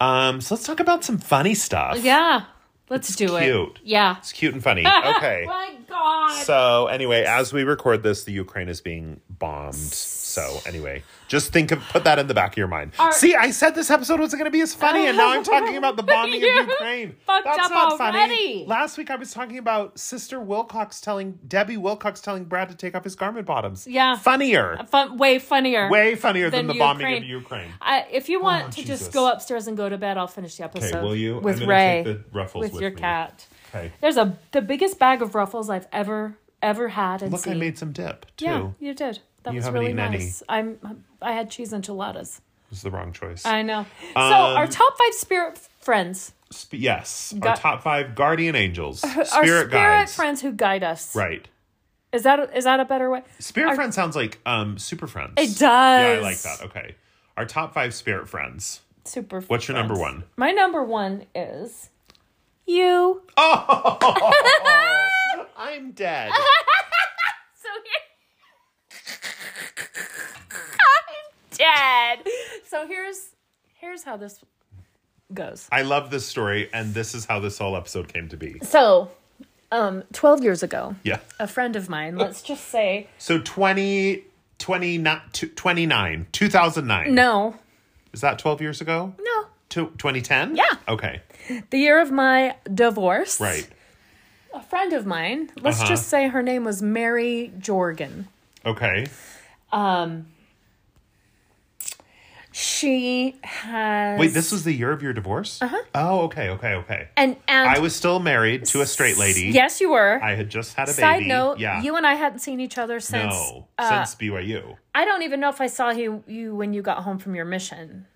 Speaker 1: Um. So let's talk about some funny stuff.
Speaker 3: Yeah. Let's do
Speaker 1: cute.
Speaker 3: it. Yeah.
Speaker 1: It's cute and funny. Okay.
Speaker 3: My God.
Speaker 1: So anyway, as we record this, the Ukraine is being bombed. So anyway, just think of put that in the back of your mind. See, I said this episode wasn't going to be as funny, and now I'm talking about the bombing
Speaker 3: You
Speaker 1: of Ukraine.
Speaker 3: fucked
Speaker 1: That's
Speaker 3: up
Speaker 1: not funny.
Speaker 3: already.
Speaker 1: Last week I was talking about Sister Wilcox telling Debbie Wilcox telling Brad to take off his garment bottoms.
Speaker 3: Yeah.
Speaker 1: funnier,
Speaker 3: Fun, way funnier.
Speaker 1: way funnier than,
Speaker 3: than
Speaker 1: the bombing of
Speaker 3: Ukraine.
Speaker 1: Ukraine.
Speaker 3: I, if you want
Speaker 1: Oh,
Speaker 3: to
Speaker 1: Jesus.
Speaker 3: just go upstairs and go to bed, I'll finish the episode.
Speaker 1: will you?
Speaker 3: With
Speaker 1: I'm gonna
Speaker 3: Ray,
Speaker 1: take the ruffles
Speaker 3: with,
Speaker 1: with
Speaker 3: your
Speaker 1: me.
Speaker 3: cat.
Speaker 1: Okay.
Speaker 3: There's a the biggest bag of ruffles I've ever ever had. And
Speaker 1: Look, I
Speaker 3: seen.
Speaker 1: made some dip too.
Speaker 3: Yeah, you did. That
Speaker 1: You
Speaker 3: was
Speaker 1: haven't
Speaker 3: really
Speaker 1: eaten any.
Speaker 3: nice. I'm I had cheese enchiladas.
Speaker 1: It was the wrong choice.
Speaker 3: I know. So
Speaker 1: Um,
Speaker 3: our top five spirit f- friends,
Speaker 1: Sp- yes, our
Speaker 3: Got-
Speaker 1: top five guardian angels, spirit,
Speaker 3: our spirit
Speaker 1: guides.
Speaker 3: friends who guide us.
Speaker 1: Right.
Speaker 3: Is that is that a better way?
Speaker 1: Spirit
Speaker 3: Our-
Speaker 1: friend sounds like um super friends.
Speaker 3: It does.
Speaker 1: Yeah, I like that. Okay. Our top five spirit friends.
Speaker 3: Super.
Speaker 1: What's your number
Speaker 3: friends.
Speaker 1: one?
Speaker 3: My number one is you.
Speaker 1: I'm dead.
Speaker 3: So here- I'm dead. So here's here's how this goes.
Speaker 1: I love this story, and this is how this whole episode came to be.
Speaker 3: So, um, twelve years ago,
Speaker 1: Yeah.
Speaker 3: a friend of mine, let's just say
Speaker 1: So 20, 20 not, tw- 29, 2009.
Speaker 3: no,
Speaker 1: Is that 12 years ago?
Speaker 3: no,
Speaker 1: To 2010?
Speaker 3: Yeah.
Speaker 1: Okay.
Speaker 3: the year of my divorce.
Speaker 1: Right.
Speaker 3: A friend of mine, let's
Speaker 1: Uh-huh.
Speaker 3: just say her name was Mary Jorgen. Um,
Speaker 1: Okay.
Speaker 3: She has
Speaker 1: Wait, this was the year of your divorce? Uh-huh. Oh, okay, okay, okay.
Speaker 3: and and
Speaker 1: I was still married to a straight lady.
Speaker 3: yes, you were.
Speaker 1: I had just had a
Speaker 3: Side
Speaker 1: baby.
Speaker 3: note:
Speaker 1: yeah.
Speaker 3: You and I hadn't seen each other since
Speaker 1: no,
Speaker 3: uh,
Speaker 1: since BYU.
Speaker 3: I don't even know if I saw you, you when you got home from your mission.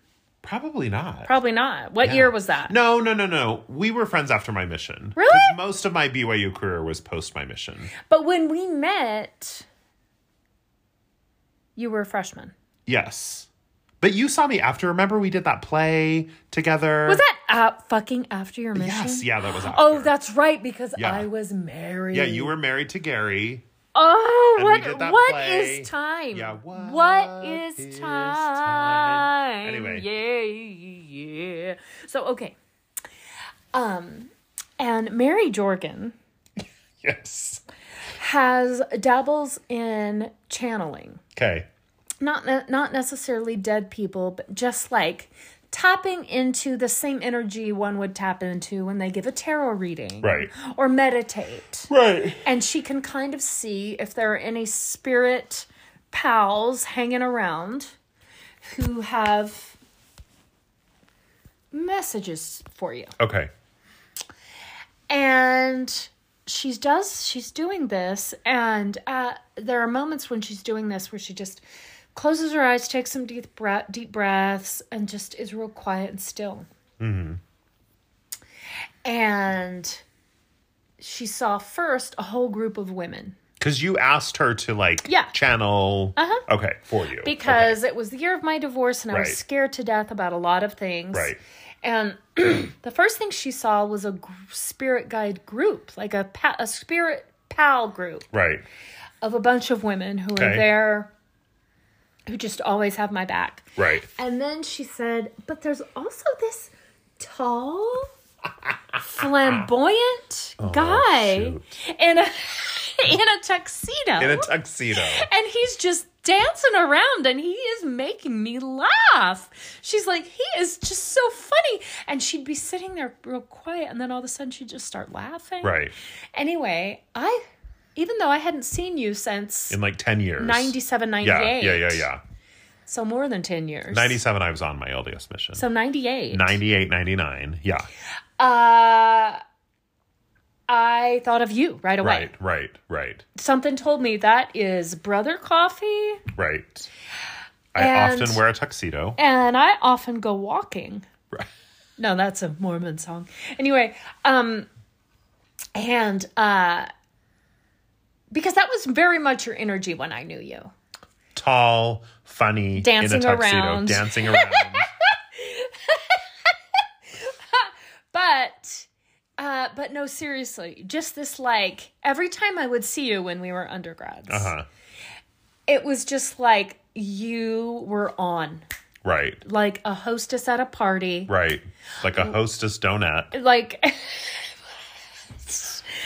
Speaker 1: Probably not.
Speaker 3: Probably not. What year was that?
Speaker 1: No, no, no, no. We were friends after my mission.
Speaker 3: Really?
Speaker 1: 'Cause Most of my BYU career was post my mission.
Speaker 3: But when we met, you were a freshman.
Speaker 1: Yes. But you saw me after. Remember, we did that play together.
Speaker 3: Was that uh, fucking after your mission?
Speaker 1: Yes. Yeah, that was after.
Speaker 3: Oh, that's right, because
Speaker 1: Yeah.
Speaker 3: I was married.
Speaker 1: Yeah, you were married to Gary.
Speaker 3: Oh,
Speaker 1: And we
Speaker 3: what?
Speaker 1: did
Speaker 3: What
Speaker 1: that
Speaker 3: is
Speaker 1: play.
Speaker 3: time?
Speaker 1: Yeah, what
Speaker 3: what is,
Speaker 1: is time?
Speaker 3: time?
Speaker 1: Anyway.
Speaker 3: yeah, yeah. So okay, um, and Mary Jorgen
Speaker 1: Yes.
Speaker 3: has dabbles in channeling.
Speaker 1: Okay.
Speaker 3: not ne- not necessarily dead people, but just like tapping into the same energy one would tap into when they give a tarot reading,
Speaker 1: Right.
Speaker 3: Or meditate,
Speaker 1: Right.
Speaker 3: and she can kind of see if there are any spirit pals hanging around who have messages for you
Speaker 1: Okay.
Speaker 3: and she does she's doing this and uh, there are moments when she's doing this where she just closes her eyes takes some deep breath deep breaths and just is real quiet and still
Speaker 1: Mm-hmm.
Speaker 3: and she saw first a whole group of women
Speaker 1: Because you asked her to like
Speaker 3: Yeah.
Speaker 1: channel.
Speaker 3: Uh-huh.
Speaker 1: Okay, for you. Okay.
Speaker 3: because it was the year of my divorce and I
Speaker 1: Right.
Speaker 3: was scared to death about a lot of things.
Speaker 1: Right.
Speaker 3: And the first thing she saw was a gr- spirit guide group, like a pa- a spirit pal group
Speaker 1: Right.
Speaker 3: of a bunch of women who
Speaker 1: Okay.
Speaker 3: are there who just always have my back.
Speaker 1: Right.
Speaker 3: And then she said, "But there's also this tall, flamboyant
Speaker 1: Oh,
Speaker 3: guy in a in a tuxedo."
Speaker 1: In a tuxedo.
Speaker 3: and he's just dancing around and he is making me laugh. She's like, he is just so funny. And she'd be sitting there real quiet and then all of a sudden she'd just start laughing.
Speaker 1: Right.
Speaker 3: Anyway, I, even though I hadn't seen you since
Speaker 1: In like 10 years.
Speaker 3: 97,
Speaker 1: Yeah.
Speaker 3: 98.
Speaker 1: Yeah. Yeah. Yeah.
Speaker 3: So more than 10 years.
Speaker 1: 97, I was on my LDS mission.
Speaker 3: So 98.
Speaker 1: 98, 99. Yeah.
Speaker 3: Uh, I thought of you right away.
Speaker 1: Right. Right. Right.
Speaker 3: Something told me that is brother coffee
Speaker 1: Right. I
Speaker 3: And-
Speaker 1: often wear a tuxedo.
Speaker 3: and I often go walking.
Speaker 1: Right.
Speaker 3: No, that's a Mormon song. Anyway, um and uh because that was very much your energy when I knew you.
Speaker 1: Tall, funny,
Speaker 3: Dancing
Speaker 1: in a tuxedo,
Speaker 3: around.
Speaker 1: dancing around.
Speaker 3: But uh but no seriously, just this like every time I would see you when we were undergrads.
Speaker 1: uh-huh.
Speaker 3: It was just like you were on
Speaker 1: Right.
Speaker 3: like a hostess at a party.
Speaker 1: Right. Like a hostess donut.
Speaker 3: Like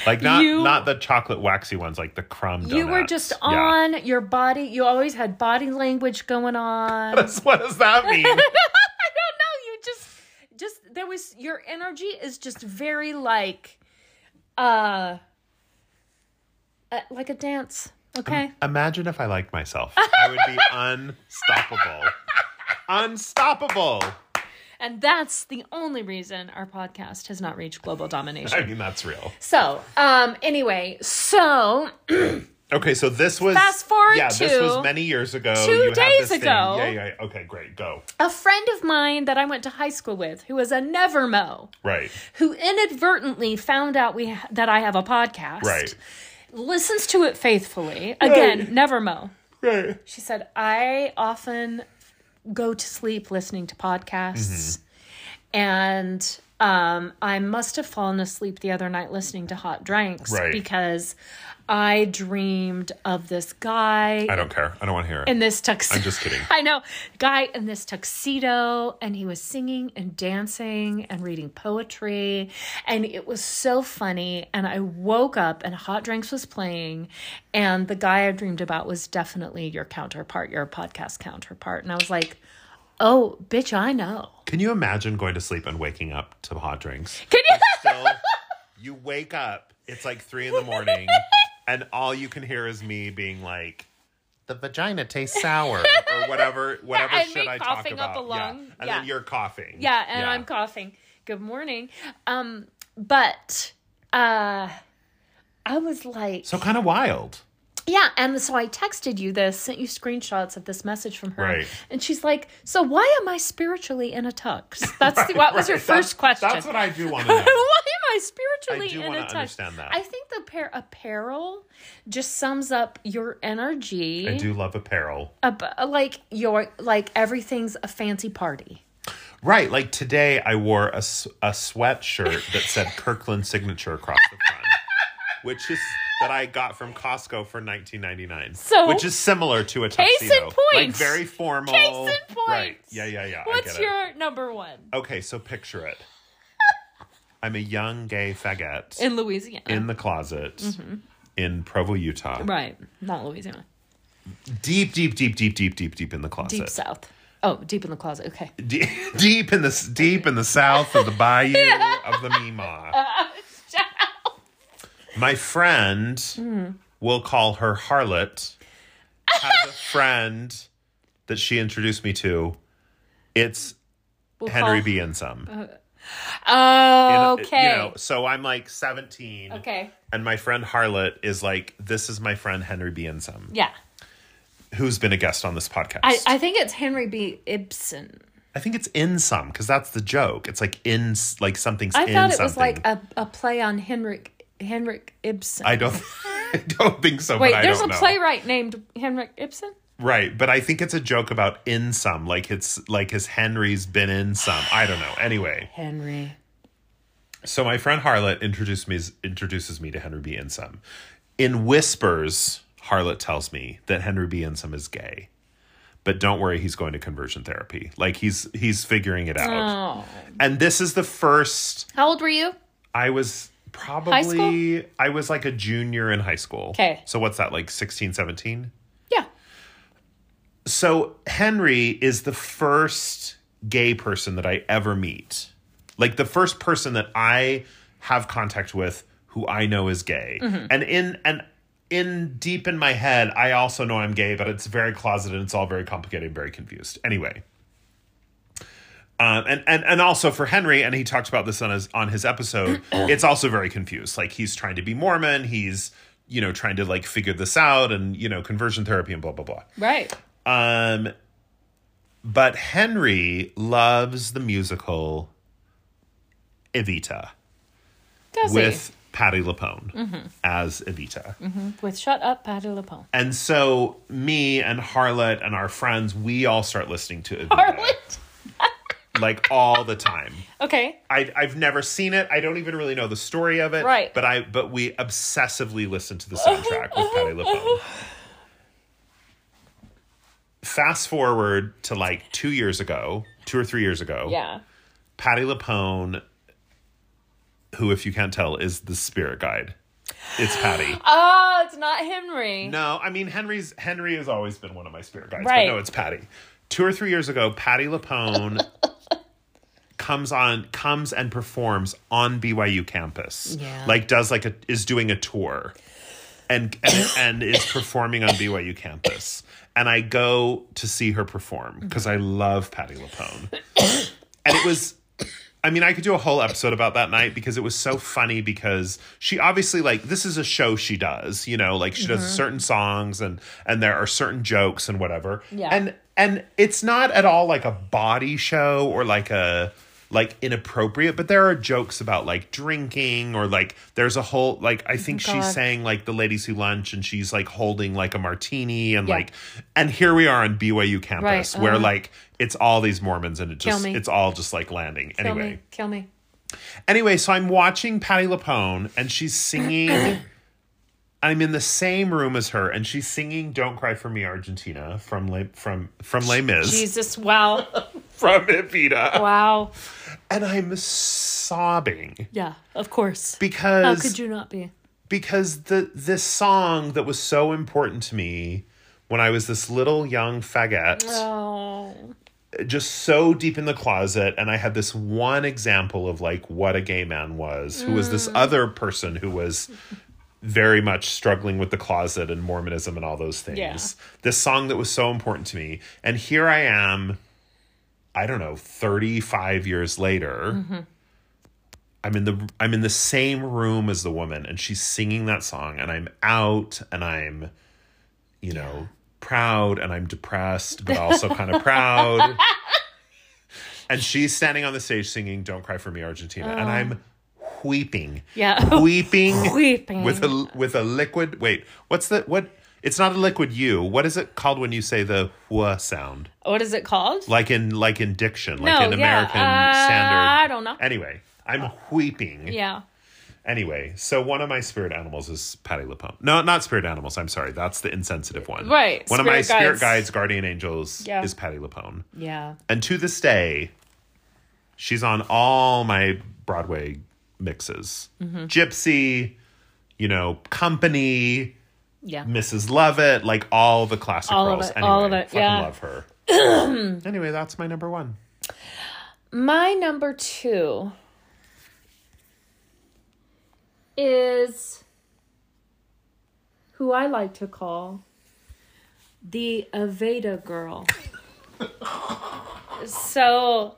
Speaker 1: Like not
Speaker 3: You-
Speaker 1: not the chocolate waxy ones, like the crumb donuts.
Speaker 3: you were just
Speaker 1: Yeah.
Speaker 3: on your body. You always had body language going on.
Speaker 1: What does that mean?
Speaker 3: I don't know. You just just there was your energy is just very like uh, uh like a dance. Okay.
Speaker 1: Imagine if I liked myself. I would be unstoppable. unstoppable.
Speaker 3: And that's the only reason our podcast has not reached global domination.
Speaker 1: I mean, that's real.
Speaker 3: So, um anyway, so
Speaker 1: Okay, so this was
Speaker 3: Fast forward
Speaker 1: Yeah, this
Speaker 3: to
Speaker 1: was many years ago.
Speaker 3: two
Speaker 1: You had
Speaker 3: days
Speaker 1: this thing.
Speaker 3: ago.
Speaker 1: Yeah, yeah. yeah. Okay, great. Go.
Speaker 3: a friend of mine that I went to high school with who is a nevermo
Speaker 1: Right.
Speaker 3: who inadvertently found out we ha- that I have a podcast.
Speaker 1: Right.
Speaker 3: Listens to it faithfully. Again, nevermo.
Speaker 1: Right.
Speaker 3: She said, I often go to sleep listening to podcasts.
Speaker 1: Mm-hmm.
Speaker 3: And um, I must have fallen asleep the other night listening to Hot Drinks
Speaker 1: Right.
Speaker 3: because I dreamed of this guy
Speaker 1: I don't care. I don't want to hear it.
Speaker 3: in this tuxedo.
Speaker 1: I'm just kidding.
Speaker 3: I know. Guy in this tuxedo, and he was singing and dancing and reading poetry. And it was so funny. And I woke up, and Hot Drinks was playing. And the guy I dreamed about was definitely your counterpart, your podcast counterpart. And I was like, oh, bitch, I know.
Speaker 1: Can you imagine going to sleep and waking up to hot drinks?
Speaker 3: Can you?
Speaker 1: Still, you wake up, it's like three in the morning, and all you can hear is me being like, the vagina tastes sour, or whatever, whatever
Speaker 3: And
Speaker 1: shit
Speaker 3: me
Speaker 1: I talk
Speaker 3: coughing
Speaker 1: about.
Speaker 3: up a
Speaker 1: Yeah.
Speaker 3: lung.
Speaker 1: And
Speaker 3: Yeah.
Speaker 1: then you're coughing.
Speaker 3: Yeah, and I'm coughing. Good morning. Um, but uh, I was like,
Speaker 1: So kind of wild.
Speaker 3: Yeah, and so I texted you this, sent you screenshots of this message from her,
Speaker 1: Right.
Speaker 3: and she's like, "So why am I spiritually in a tux?" That's the, what was your
Speaker 1: Right, that's-
Speaker 3: first question.
Speaker 1: That's what I do want to know.
Speaker 3: why am I
Speaker 1: I
Speaker 3: spiritually
Speaker 1: do
Speaker 3: in a
Speaker 1: wanna
Speaker 3: tux?
Speaker 1: understand that.
Speaker 3: I think the pair apparel just sums up your energy.
Speaker 1: I do love apparel.
Speaker 3: ab- like your like everything's a fancy party.
Speaker 1: Right. Like today, I wore a, s- a sweatshirt that said Kirkland Signature across the front, which is that I got from Costco for 19.99.
Speaker 3: So-
Speaker 1: which is similar to a tuxedo.
Speaker 3: Case in
Speaker 1: Like
Speaker 3: point.
Speaker 1: very formal.
Speaker 3: Case in point.
Speaker 1: Oh, Right. Yeah, yeah, yeah. I
Speaker 3: What's
Speaker 1: get it.
Speaker 3: your number one
Speaker 1: Okay, so picture it. I'm a young gay faggot in,
Speaker 3: in Louisiana?
Speaker 1: the closet in Provo, Utah.
Speaker 3: right, not Louisiana,
Speaker 1: Deep, deep, deep, deep, deep, deep, deep in the closet.
Speaker 3: deep south. Oh, deep in the closet. Okay.
Speaker 1: deep, deep in the deep in the south of the bayou of the Mima. My friend,
Speaker 3: Hmm.
Speaker 1: we'll call her Harlot, has a friend that she introduced me to. It's Henry
Speaker 3: call-
Speaker 1: B. and some.
Speaker 3: Oh,
Speaker 1: And, uh,
Speaker 3: okay.
Speaker 1: You know, so I'm like 17.
Speaker 3: Okay.
Speaker 1: And my friend Harlot is like, this is my friend Henry B. and some,
Speaker 3: Yeah.
Speaker 1: who's been a guest on this podcast.
Speaker 3: I, I think it's Henry B. Ibsen.
Speaker 1: I think it's in some because that's the joke. It's like in like something's
Speaker 3: I
Speaker 1: in
Speaker 3: thought it
Speaker 1: something.
Speaker 3: was like a, a play on Henrik Henrik Ibsen.
Speaker 1: I don't. I don't think so.
Speaker 3: Wait,
Speaker 1: but I
Speaker 3: there's a
Speaker 1: don't know.
Speaker 3: playwright named Henrik Ibsen.
Speaker 1: Right, but I think it's a joke about in some, like it's like his Henry's been in some. I don't know. Anyway,
Speaker 3: Henry.
Speaker 1: so my friend Harlot introduced me introduces me to Henry B. Insum. In whispers, Harlot tells me that Henry B. Insum is gay. But don't worry, he's going to conversion therapy. Like he's he's figuring it out.
Speaker 3: Oh.
Speaker 1: And this is the first
Speaker 3: How old were you?
Speaker 1: I was
Speaker 3: school?
Speaker 1: probably I was like a junior in high school.
Speaker 3: 'Kay.
Speaker 1: So what's that like 16, 17?
Speaker 3: Yeah.
Speaker 1: so Henry is the first gay person that I ever meet. Like the first person that I have contact with who I know is gay. And in and in deep in my head, I also know I'm gay, but it's very closeted, it's all very complicated and very confused. Anyway. Um, and, and and also for Henry, and he talked about this on his on his episode. it's also very confused. Like he's trying to be Mormon, he's you know trying to like figure this out, and you know conversion therapy and blah blah blah.
Speaker 3: Right.
Speaker 1: Um, but Henry loves the musical Evita
Speaker 3: Does
Speaker 1: with Patti LuPone as Evita.
Speaker 3: he? With Shut Up, Patty LuPone.
Speaker 1: And so me and Harlot and our friends, we all start listening to Evita
Speaker 3: Harlot.
Speaker 1: like all the time.
Speaker 3: Okay.
Speaker 1: I, I've never seen it. I don't even really know the story of it.
Speaker 3: Right.
Speaker 1: But I but we obsessively listen to the soundtrack with Patti LuPone. Fast forward to like two years ago, two or three years ago.
Speaker 3: Yeah.
Speaker 1: Patty Lapone, who, if you can't tell, is the spirit guide. It's Patty.
Speaker 3: Oh, it's not Henry.
Speaker 1: no, I mean Henry's Henry has always been one of my spirit guides,
Speaker 3: Right.
Speaker 1: but no, it's Patty. Two or three years ago, Patty Lapone comes on comes and performs on BYU campus.
Speaker 4: Yeah.
Speaker 1: Like does like a is doing a tour and and, and is performing on BYU campus. And I go to see her perform because I love Patty Lapone. and it was I mean, I could do a whole episode about that night because it was so funny because she obviously like this is a show she does, you know, like she
Speaker 3: Mm-hmm.
Speaker 1: does certain songs and and there are certain jokes and whatever.
Speaker 3: Yeah.
Speaker 1: And and it's not at all like a body show or like a like inappropriate, but there are jokes about like drinking or like there's a whole like
Speaker 3: Oh
Speaker 1: I think she's
Speaker 4: God.
Speaker 1: saying like the ladies who lunch and she's like holding like a martini and
Speaker 3: Yeah.
Speaker 1: like and here we are on BYU campus
Speaker 3: Right,
Speaker 1: where
Speaker 3: uh-huh.
Speaker 1: like it's all these Mormons and it
Speaker 3: Kill
Speaker 1: just
Speaker 3: me.
Speaker 1: it's all just like landing.
Speaker 3: Kill
Speaker 1: anyway.
Speaker 3: me. Kill me.
Speaker 1: Anyway, so I'm watching Patty LaPone and she's singing. I'm in the same room as her and she's singing "Don't Cry for Me, Argentina" from Le, from from Les Mis
Speaker 3: Jesus. Wow.
Speaker 1: from Evita,
Speaker 3: wow.
Speaker 1: and I'm sobbing
Speaker 3: Yeah. Of course. How
Speaker 1: because
Speaker 3: could you not be?
Speaker 1: because the this song that was so important to me when I was this little young faggot.
Speaker 3: Oh.
Speaker 1: just so deep in the closet and i had this one example of like what a gay man was who was this other person who was very much struggling with the closet and mormonism and all those things
Speaker 3: Yeah.
Speaker 1: this song that was so important to me and here i am i don't know 35 years later i'm in the i'm in the same room as the woman and she's singing that song and i'm out and i'm you know proud and i'm depressed but also kind of proud and she's standing on the stage singing "Don't Cry for Me, Argentina," and I'm weeping,
Speaker 3: Oh. Yeah.
Speaker 1: weeping,
Speaker 3: Weeping.
Speaker 1: with a with a liquid. Wait, what's the what? It's not a liquid U. What is it called when you say the "wha" sound?
Speaker 3: What is it called?
Speaker 1: Like in like in diction, like
Speaker 3: No,
Speaker 1: in
Speaker 3: yeah,
Speaker 1: American
Speaker 3: uh,
Speaker 1: standard.
Speaker 3: I don't know.
Speaker 1: Anyway, I'm weeping.
Speaker 3: yeah.
Speaker 1: Anyway, so one of my spirit animals is Patty LaPone. No, not spirit animals. I'm sorry. That's the insensitive one.
Speaker 3: Right,
Speaker 1: One of my
Speaker 3: spirit
Speaker 1: spirit
Speaker 3: guides.
Speaker 1: guides, guardian angels,
Speaker 3: Yeah.
Speaker 1: is Patty LaPone.
Speaker 3: Yeah.
Speaker 1: And to this day, she's on all my Broadway mixes
Speaker 3: Mm-hmm.
Speaker 1: Gypsy, you know, Company,
Speaker 3: Yeah.
Speaker 1: Mrs. Lovett, like all the classic
Speaker 3: All of
Speaker 1: roles.
Speaker 3: it, all of it,
Speaker 1: fucking
Speaker 3: yeah.
Speaker 1: love her. anyway, that's my number one.
Speaker 3: My number two is who I like to call the Aveda girl. so,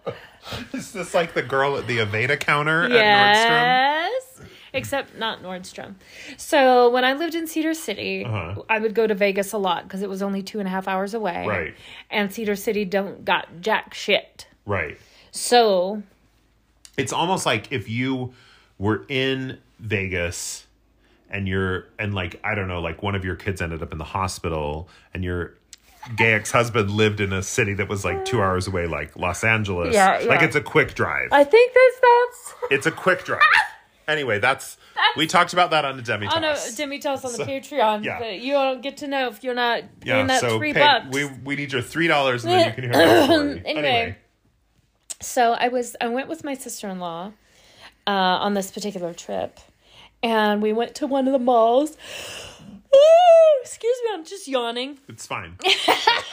Speaker 1: Is this like the girl at the Aveda counter at
Speaker 3: yes. Except not Nordstrom. So, when I lived in Cedar City,
Speaker 1: Uh-huh.
Speaker 3: I would go to Vegas a lot because it was only two and a half hours away.
Speaker 1: Right.
Speaker 3: And Cedar City don't got jack shit.
Speaker 1: Nordstrom? Right.
Speaker 3: So,
Speaker 1: It's almost like if you were in Vegas and you're and like I don't know, like one of your kids ended up in the hospital and your gay ex-husband lived in a city that was like 2 hours away like Los Angeles.
Speaker 3: Yeah,
Speaker 1: Like
Speaker 3: yeah.
Speaker 1: it's a quick drive.
Speaker 3: I think this that's
Speaker 1: it's a quick drive. anyway, that's, we talked about that on a demi
Speaker 3: on a
Speaker 1: toss.
Speaker 3: Oh, Demi Toss on the Patreon.
Speaker 1: yeah.
Speaker 3: But you don't get to know if you're not paying that three
Speaker 1: pay-
Speaker 3: bucks.
Speaker 1: we we need your three dollars and then you can hear my story.
Speaker 3: Anyway. So I was I went with my sister in law uh, on this particular trip, and we went to one of the malls. Ooh, excuse me, I'm just yawning.
Speaker 1: It's fine.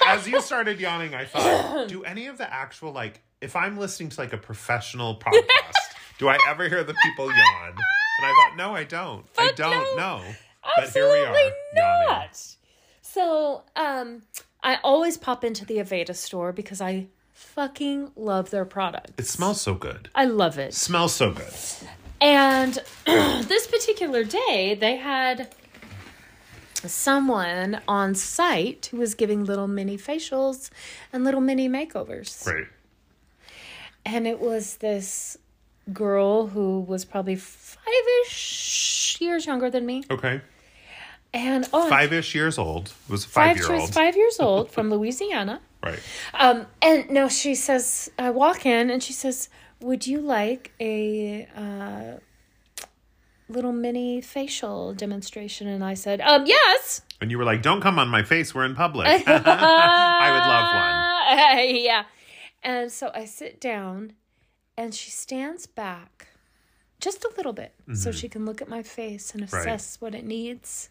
Speaker 1: As you started yawning, I thought, do any of the actual like if I'm listening to like a professional podcast, do I ever hear the people yawn? And I thought, no, I don't. I
Speaker 3: But
Speaker 1: don't
Speaker 3: no.
Speaker 1: know. But here we
Speaker 3: Absolutely
Speaker 1: are.
Speaker 3: not.
Speaker 1: Yawning.
Speaker 3: So um, I always pop into the Aveda store because I fucking love their product.
Speaker 1: It smells so good.
Speaker 3: I love it.
Speaker 1: smells so good.
Speaker 3: And this particular day, they had someone on site who was giving little mini facials and little mini makeovers.
Speaker 1: Great.
Speaker 3: And it was this girl who was probably five ish years younger than me.
Speaker 1: Okay.
Speaker 3: And oh,
Speaker 1: Five ish years old. It was a five year old.
Speaker 3: five years old from Louisiana.
Speaker 1: Right.
Speaker 3: Um, and no, she says, I walk in and she says, Would you like a uh, little mini facial demonstration? And I said, um, Yes.
Speaker 1: And you were like, don't come on my face. We're in public. I would love one.
Speaker 3: Uh, yeah. And so I sit down and she stands back just a little bit so she can look at my face and assess what it needs.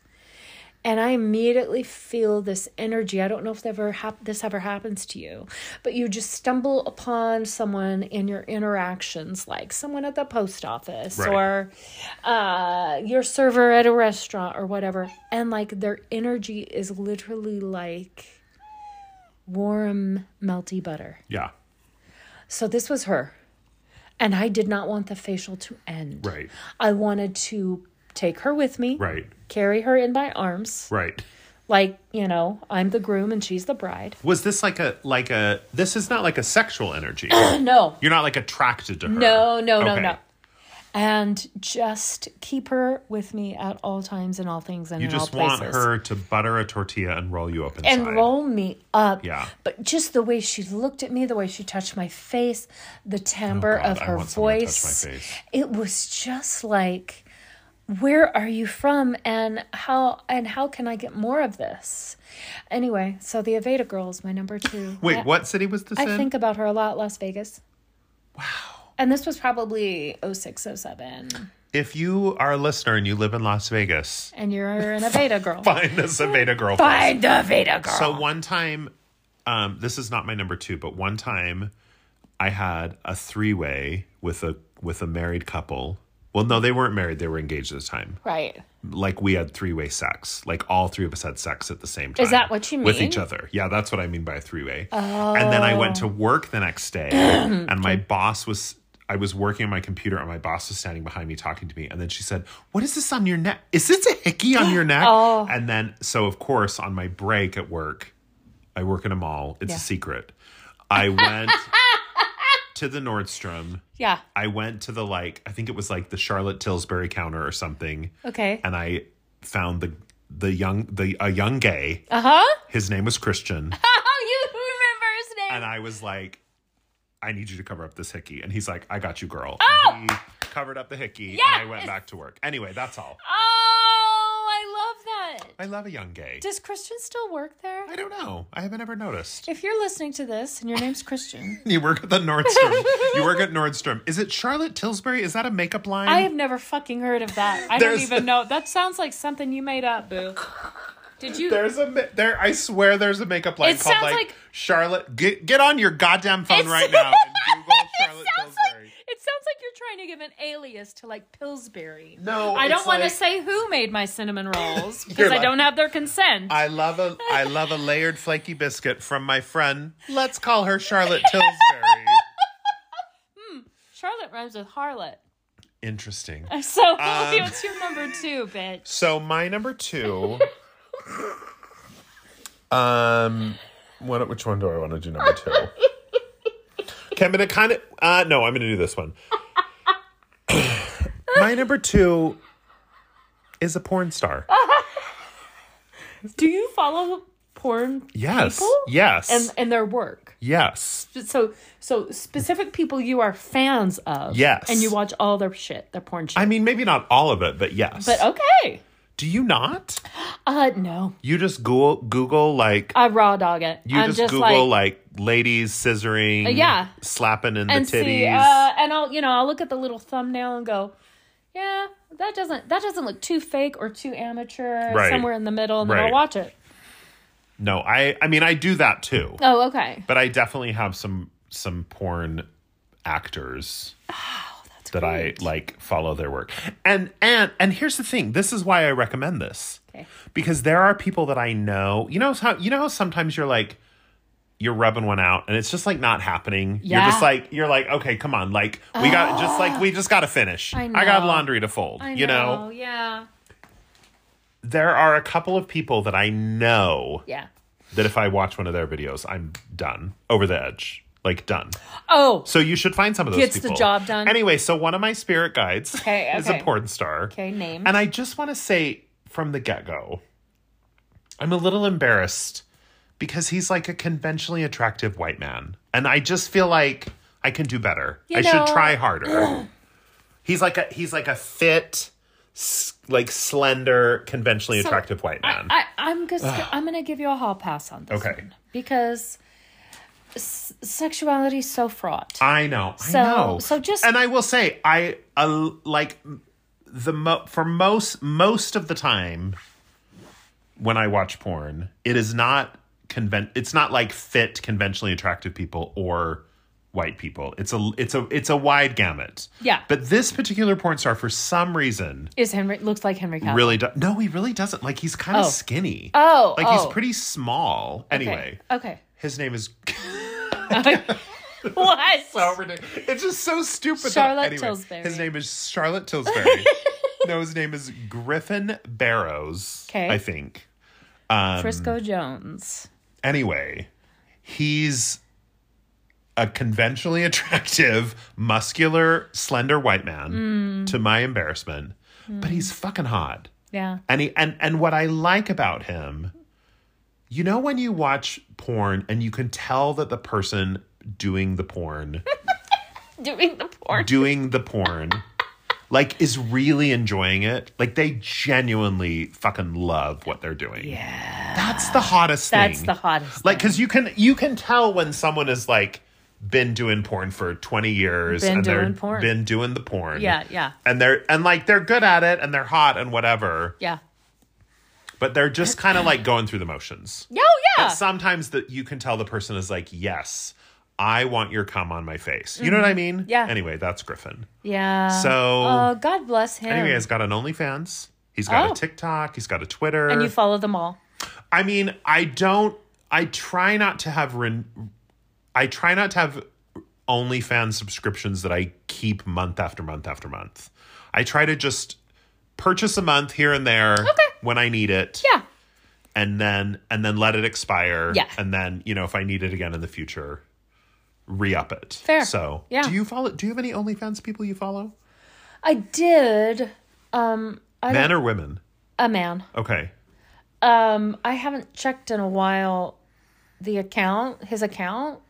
Speaker 3: And I immediately feel this energy. I don't know if that ever hap- this ever happens to you, but you just stumble upon someone in your interactions, like someone at the post office
Speaker 1: Right.
Speaker 3: or uh, your server at a restaurant or whatever. And like their energy is literally like warm, melty butter.
Speaker 1: Yeah.
Speaker 3: So this was her. And I did not want the facial to end.
Speaker 1: Right.
Speaker 3: I wanted to take her with me,
Speaker 1: Right.
Speaker 3: carry her in my arms,
Speaker 1: Right.
Speaker 3: like, you know, I'm the groom and she's the bride.
Speaker 1: Was this like a like a this is not like a sexual energy.
Speaker 3: No,
Speaker 1: You're not like attracted to her.
Speaker 3: no, no, no,
Speaker 1: Okay.
Speaker 3: no. And just keep her with me at all times and all things and
Speaker 1: You
Speaker 3: in
Speaker 1: just
Speaker 3: all places.
Speaker 1: want her to butter a tortilla and roll you up inside.
Speaker 3: and roll me up.
Speaker 1: Yeah.
Speaker 3: But just the way she looked at me, the way she touched my face, the timbre
Speaker 1: Oh, God,
Speaker 3: of
Speaker 1: I
Speaker 3: her
Speaker 1: want someone to touch
Speaker 3: voice.
Speaker 1: my face.
Speaker 3: It was just like, where are you from and how and how can I get more of this? Anyway, so the Aveda girl is my number two.
Speaker 1: Wait,
Speaker 3: I,
Speaker 1: what city was this
Speaker 3: I
Speaker 1: in?
Speaker 3: think about her a lot, Las Vegas. Wow. And this was probably 06, 07.
Speaker 1: if you are a listener and you live in Las Vegas,
Speaker 3: And you're an Aveda girl.
Speaker 1: find us a Veda girl.
Speaker 3: Find the Aveda girl.
Speaker 1: So one time, um, this is not my number two, but one time I had a three way with a with a married couple. Well, no, they weren't married; they were engaged at the time.
Speaker 3: right.
Speaker 1: Like we had three way sex. Like all three of us had sex at the same time.
Speaker 3: that what you
Speaker 1: With
Speaker 3: mean?
Speaker 1: each other. Yeah, that's what I mean by three way. And then I went to work the next day, and my boss was. I was working on my computer and my boss was standing behind me talking to me. And then she said, What is this on your neck? Is this a hickey on your neck?
Speaker 3: Oh.
Speaker 1: And then, so of course, on my break at work, I work in a mall. It's a secret. I went to the Nordstrom.
Speaker 3: Yeah.
Speaker 1: I went to the like, I think it was like the Charlotte Tilbury counter or something
Speaker 3: Okay.
Speaker 1: and I found the the young the a young gay.
Speaker 3: Uh huh.
Speaker 1: His name was Christian,
Speaker 3: Oh, you remember his name?
Speaker 1: and I was like, "I need you to cover up this hickey." And he's like, "I got you, girl." And he covered up the hickey, and I went
Speaker 3: Oh! Yes!
Speaker 1: back to work. Anyway, that's all.
Speaker 3: Oh, I love that.
Speaker 1: I love a young gay.
Speaker 3: Does Christian still work there?
Speaker 1: I don't know. I haven't ever noticed.
Speaker 3: If you're listening to this and your name's Christian,
Speaker 1: You work at the Nordstrom. you work at Nordstrom. Is it Charlotte Tilbury? Is that a makeup line?
Speaker 3: I have never fucking heard of that. I don't
Speaker 1: There's-
Speaker 3: even know. That sounds like something you made up, boo. Did you?
Speaker 1: There's a ma- there. I swear, there's a makeup line
Speaker 3: It
Speaker 1: called
Speaker 3: sounds
Speaker 1: like,
Speaker 3: like-
Speaker 1: Charlotte. Get get on your goddamn phone
Speaker 3: It's-
Speaker 1: right now and Google Charlotte
Speaker 3: sounds like-
Speaker 1: Tilbury.
Speaker 3: It sounds like you're trying to give an alias to like Pillsbury.
Speaker 1: No,
Speaker 3: I
Speaker 1: it's
Speaker 3: don't want
Speaker 1: like-
Speaker 3: to say who made my cinnamon rolls
Speaker 1: You're
Speaker 3: because
Speaker 1: like-
Speaker 3: I don't have their consent.
Speaker 1: I love a I love a layered flaky biscuit from my friend. Let's call her Charlotte Tilbury.
Speaker 3: Charlotte rhymes with harlot.
Speaker 1: Interesting.
Speaker 3: So what's your number two, bitch?
Speaker 1: So my number two. um, what? Which one do I want to do number two? Okay, I'm gonna kind of. Uh, no, I'm gonna do this one. my number two is a porn star.
Speaker 3: Oh, Do you follow porn
Speaker 1: yes.
Speaker 3: people?
Speaker 1: Yes.
Speaker 3: and and their work?
Speaker 1: yes.
Speaker 3: So so specific people you are fans of.
Speaker 1: Yes.
Speaker 3: And you watch all their shit, their porn shit.
Speaker 1: I mean, maybe not all of it, but yes.
Speaker 3: but oh. okay.
Speaker 1: Do you not?
Speaker 3: Uh no.
Speaker 1: You just Google, Google like
Speaker 3: I raw dog it.
Speaker 1: you
Speaker 3: I'm
Speaker 1: just,
Speaker 3: just,
Speaker 1: Google
Speaker 3: like,
Speaker 1: like,
Speaker 3: Uh,
Speaker 1: ladies scissoring,
Speaker 3: yeah.
Speaker 1: slapping in
Speaker 3: and
Speaker 1: the titties.
Speaker 3: see uh and I'll you know, I'll look at the little thumbnail and go, Yeah, that doesn't that doesn't look too fake or too amateur
Speaker 1: Right.
Speaker 3: somewhere in the middle and then
Speaker 1: Right.
Speaker 3: I'll watch it.
Speaker 1: no, I I mean I do that too,
Speaker 3: Oh, okay.
Speaker 1: but I definitely have some some porn actors
Speaker 3: Oh,
Speaker 1: that I like follow their work. And and and here's the thing, this is why I recommend this.
Speaker 3: Okay.
Speaker 1: Because there are people that I know. You know how you know how sometimes you're like you're rubbing one out and it's just like not happening. You're
Speaker 3: Yeah.
Speaker 1: just like you're like okay, come on. Like we got just like we just got to finish. I, got
Speaker 3: know.
Speaker 1: laundry to fold, you know.
Speaker 3: yeah.
Speaker 1: There are a couple of people that I know
Speaker 3: Yeah.
Speaker 1: that if I watch one of their videos, I'm done. Over the edge. Like done.
Speaker 3: Oh,
Speaker 1: So you should find some of those
Speaker 3: Gets the
Speaker 1: people.
Speaker 3: job done.
Speaker 1: Anyway, so one of my spirit guides
Speaker 3: Okay,
Speaker 1: is a
Speaker 3: okay.
Speaker 1: porn star.
Speaker 3: okay, name.
Speaker 1: And I just want to say from the get go, I'm a little embarrassed because he's like a conventionally attractive white man. And I just feel like I can do better. I
Speaker 3: know-
Speaker 1: should try harder. he's like a he's like a fit, s- like slender, conventionally
Speaker 3: So,
Speaker 1: attractive white man.
Speaker 3: I, I'm just I'm gonna give you a hall pass on this.
Speaker 1: Okay.
Speaker 3: one because s- sexuality is so fraught.
Speaker 1: I know.
Speaker 3: So-
Speaker 1: I know.
Speaker 3: so just-
Speaker 1: and I will say I uh, like the mo- for most most of the time when I watch porn, it is not convent. It's not like fit conventionally attractive people or white people. It's a it's a it's a wide gamut.
Speaker 3: Yeah.
Speaker 1: But this particular porn star, for some reason,
Speaker 3: is Henry looks like Henry Cavill?
Speaker 1: really do- no, he really doesn't. Like he's kind of
Speaker 3: Oh.
Speaker 1: skinny.
Speaker 3: Oh,
Speaker 1: like
Speaker 3: oh.
Speaker 1: he's pretty small.
Speaker 3: Okay.
Speaker 1: Anyway,
Speaker 3: okay.
Speaker 1: his name is.
Speaker 3: what?
Speaker 1: so ridiculous. It's just so stupid.
Speaker 3: Charlotte
Speaker 1: anyway,
Speaker 3: Tilbury.
Speaker 1: His name is Charlotte Tilsbury. no, his name is Griffin Barrows.
Speaker 3: 'Kay.
Speaker 1: I think.
Speaker 3: Frisco Jones.
Speaker 1: Anyway, he's a conventionally attractive, muscular, slender white
Speaker 3: Hmm.
Speaker 1: man. To my embarrassment, but he's fucking hot.
Speaker 3: Yeah.
Speaker 1: And he and and what I like about him, you know when you watch porn and you can tell that the person doing the porn Um,
Speaker 3: Doing the porn.
Speaker 1: doing the porn like is really enjoying it like they genuinely fucking love what they're doing yeah that's the hottest
Speaker 3: That's
Speaker 1: thing
Speaker 3: the hottest.
Speaker 1: like because you can you can tell when someone is like been doing porn for 20 years
Speaker 3: Been
Speaker 1: and they're
Speaker 3: doing porn.
Speaker 1: been doing the porn
Speaker 3: Yeah, yeah.
Speaker 1: and they're and like they're good at it and they're hot and whatever
Speaker 3: yeah.
Speaker 1: but they're just kind of like going through the motions
Speaker 3: Oh yeah.
Speaker 1: but sometimes that you can tell the person is like yes i want your cum on my face you know what i mean
Speaker 3: Mm-hmm. Yeah.
Speaker 1: anyway that's griffin
Speaker 3: yeah.
Speaker 1: so
Speaker 3: Oh, God bless him.
Speaker 1: Anyway, he's got an OnlyFans. He's got
Speaker 3: Oh.
Speaker 1: a TikTok. He's got a Twitter.
Speaker 3: and you follow them all.
Speaker 1: I mean, I don't. I try not to have. Ren- I try not to have OnlyFans subscriptions that I keep month after month after month. I try to just purchase a month here and there when I need it,
Speaker 3: Yeah.
Speaker 1: and then and then let it expire.
Speaker 3: Yeah.
Speaker 1: and then you know if I need it again in the future, re up it.
Speaker 3: Fair.
Speaker 1: So
Speaker 3: Yeah.
Speaker 1: do you follow? Do you have any OnlyFans people you follow?
Speaker 3: I did. Um, I,
Speaker 1: Men or women?
Speaker 3: a man.
Speaker 1: Okay.
Speaker 3: Um, I haven't checked in a while. The account, his account.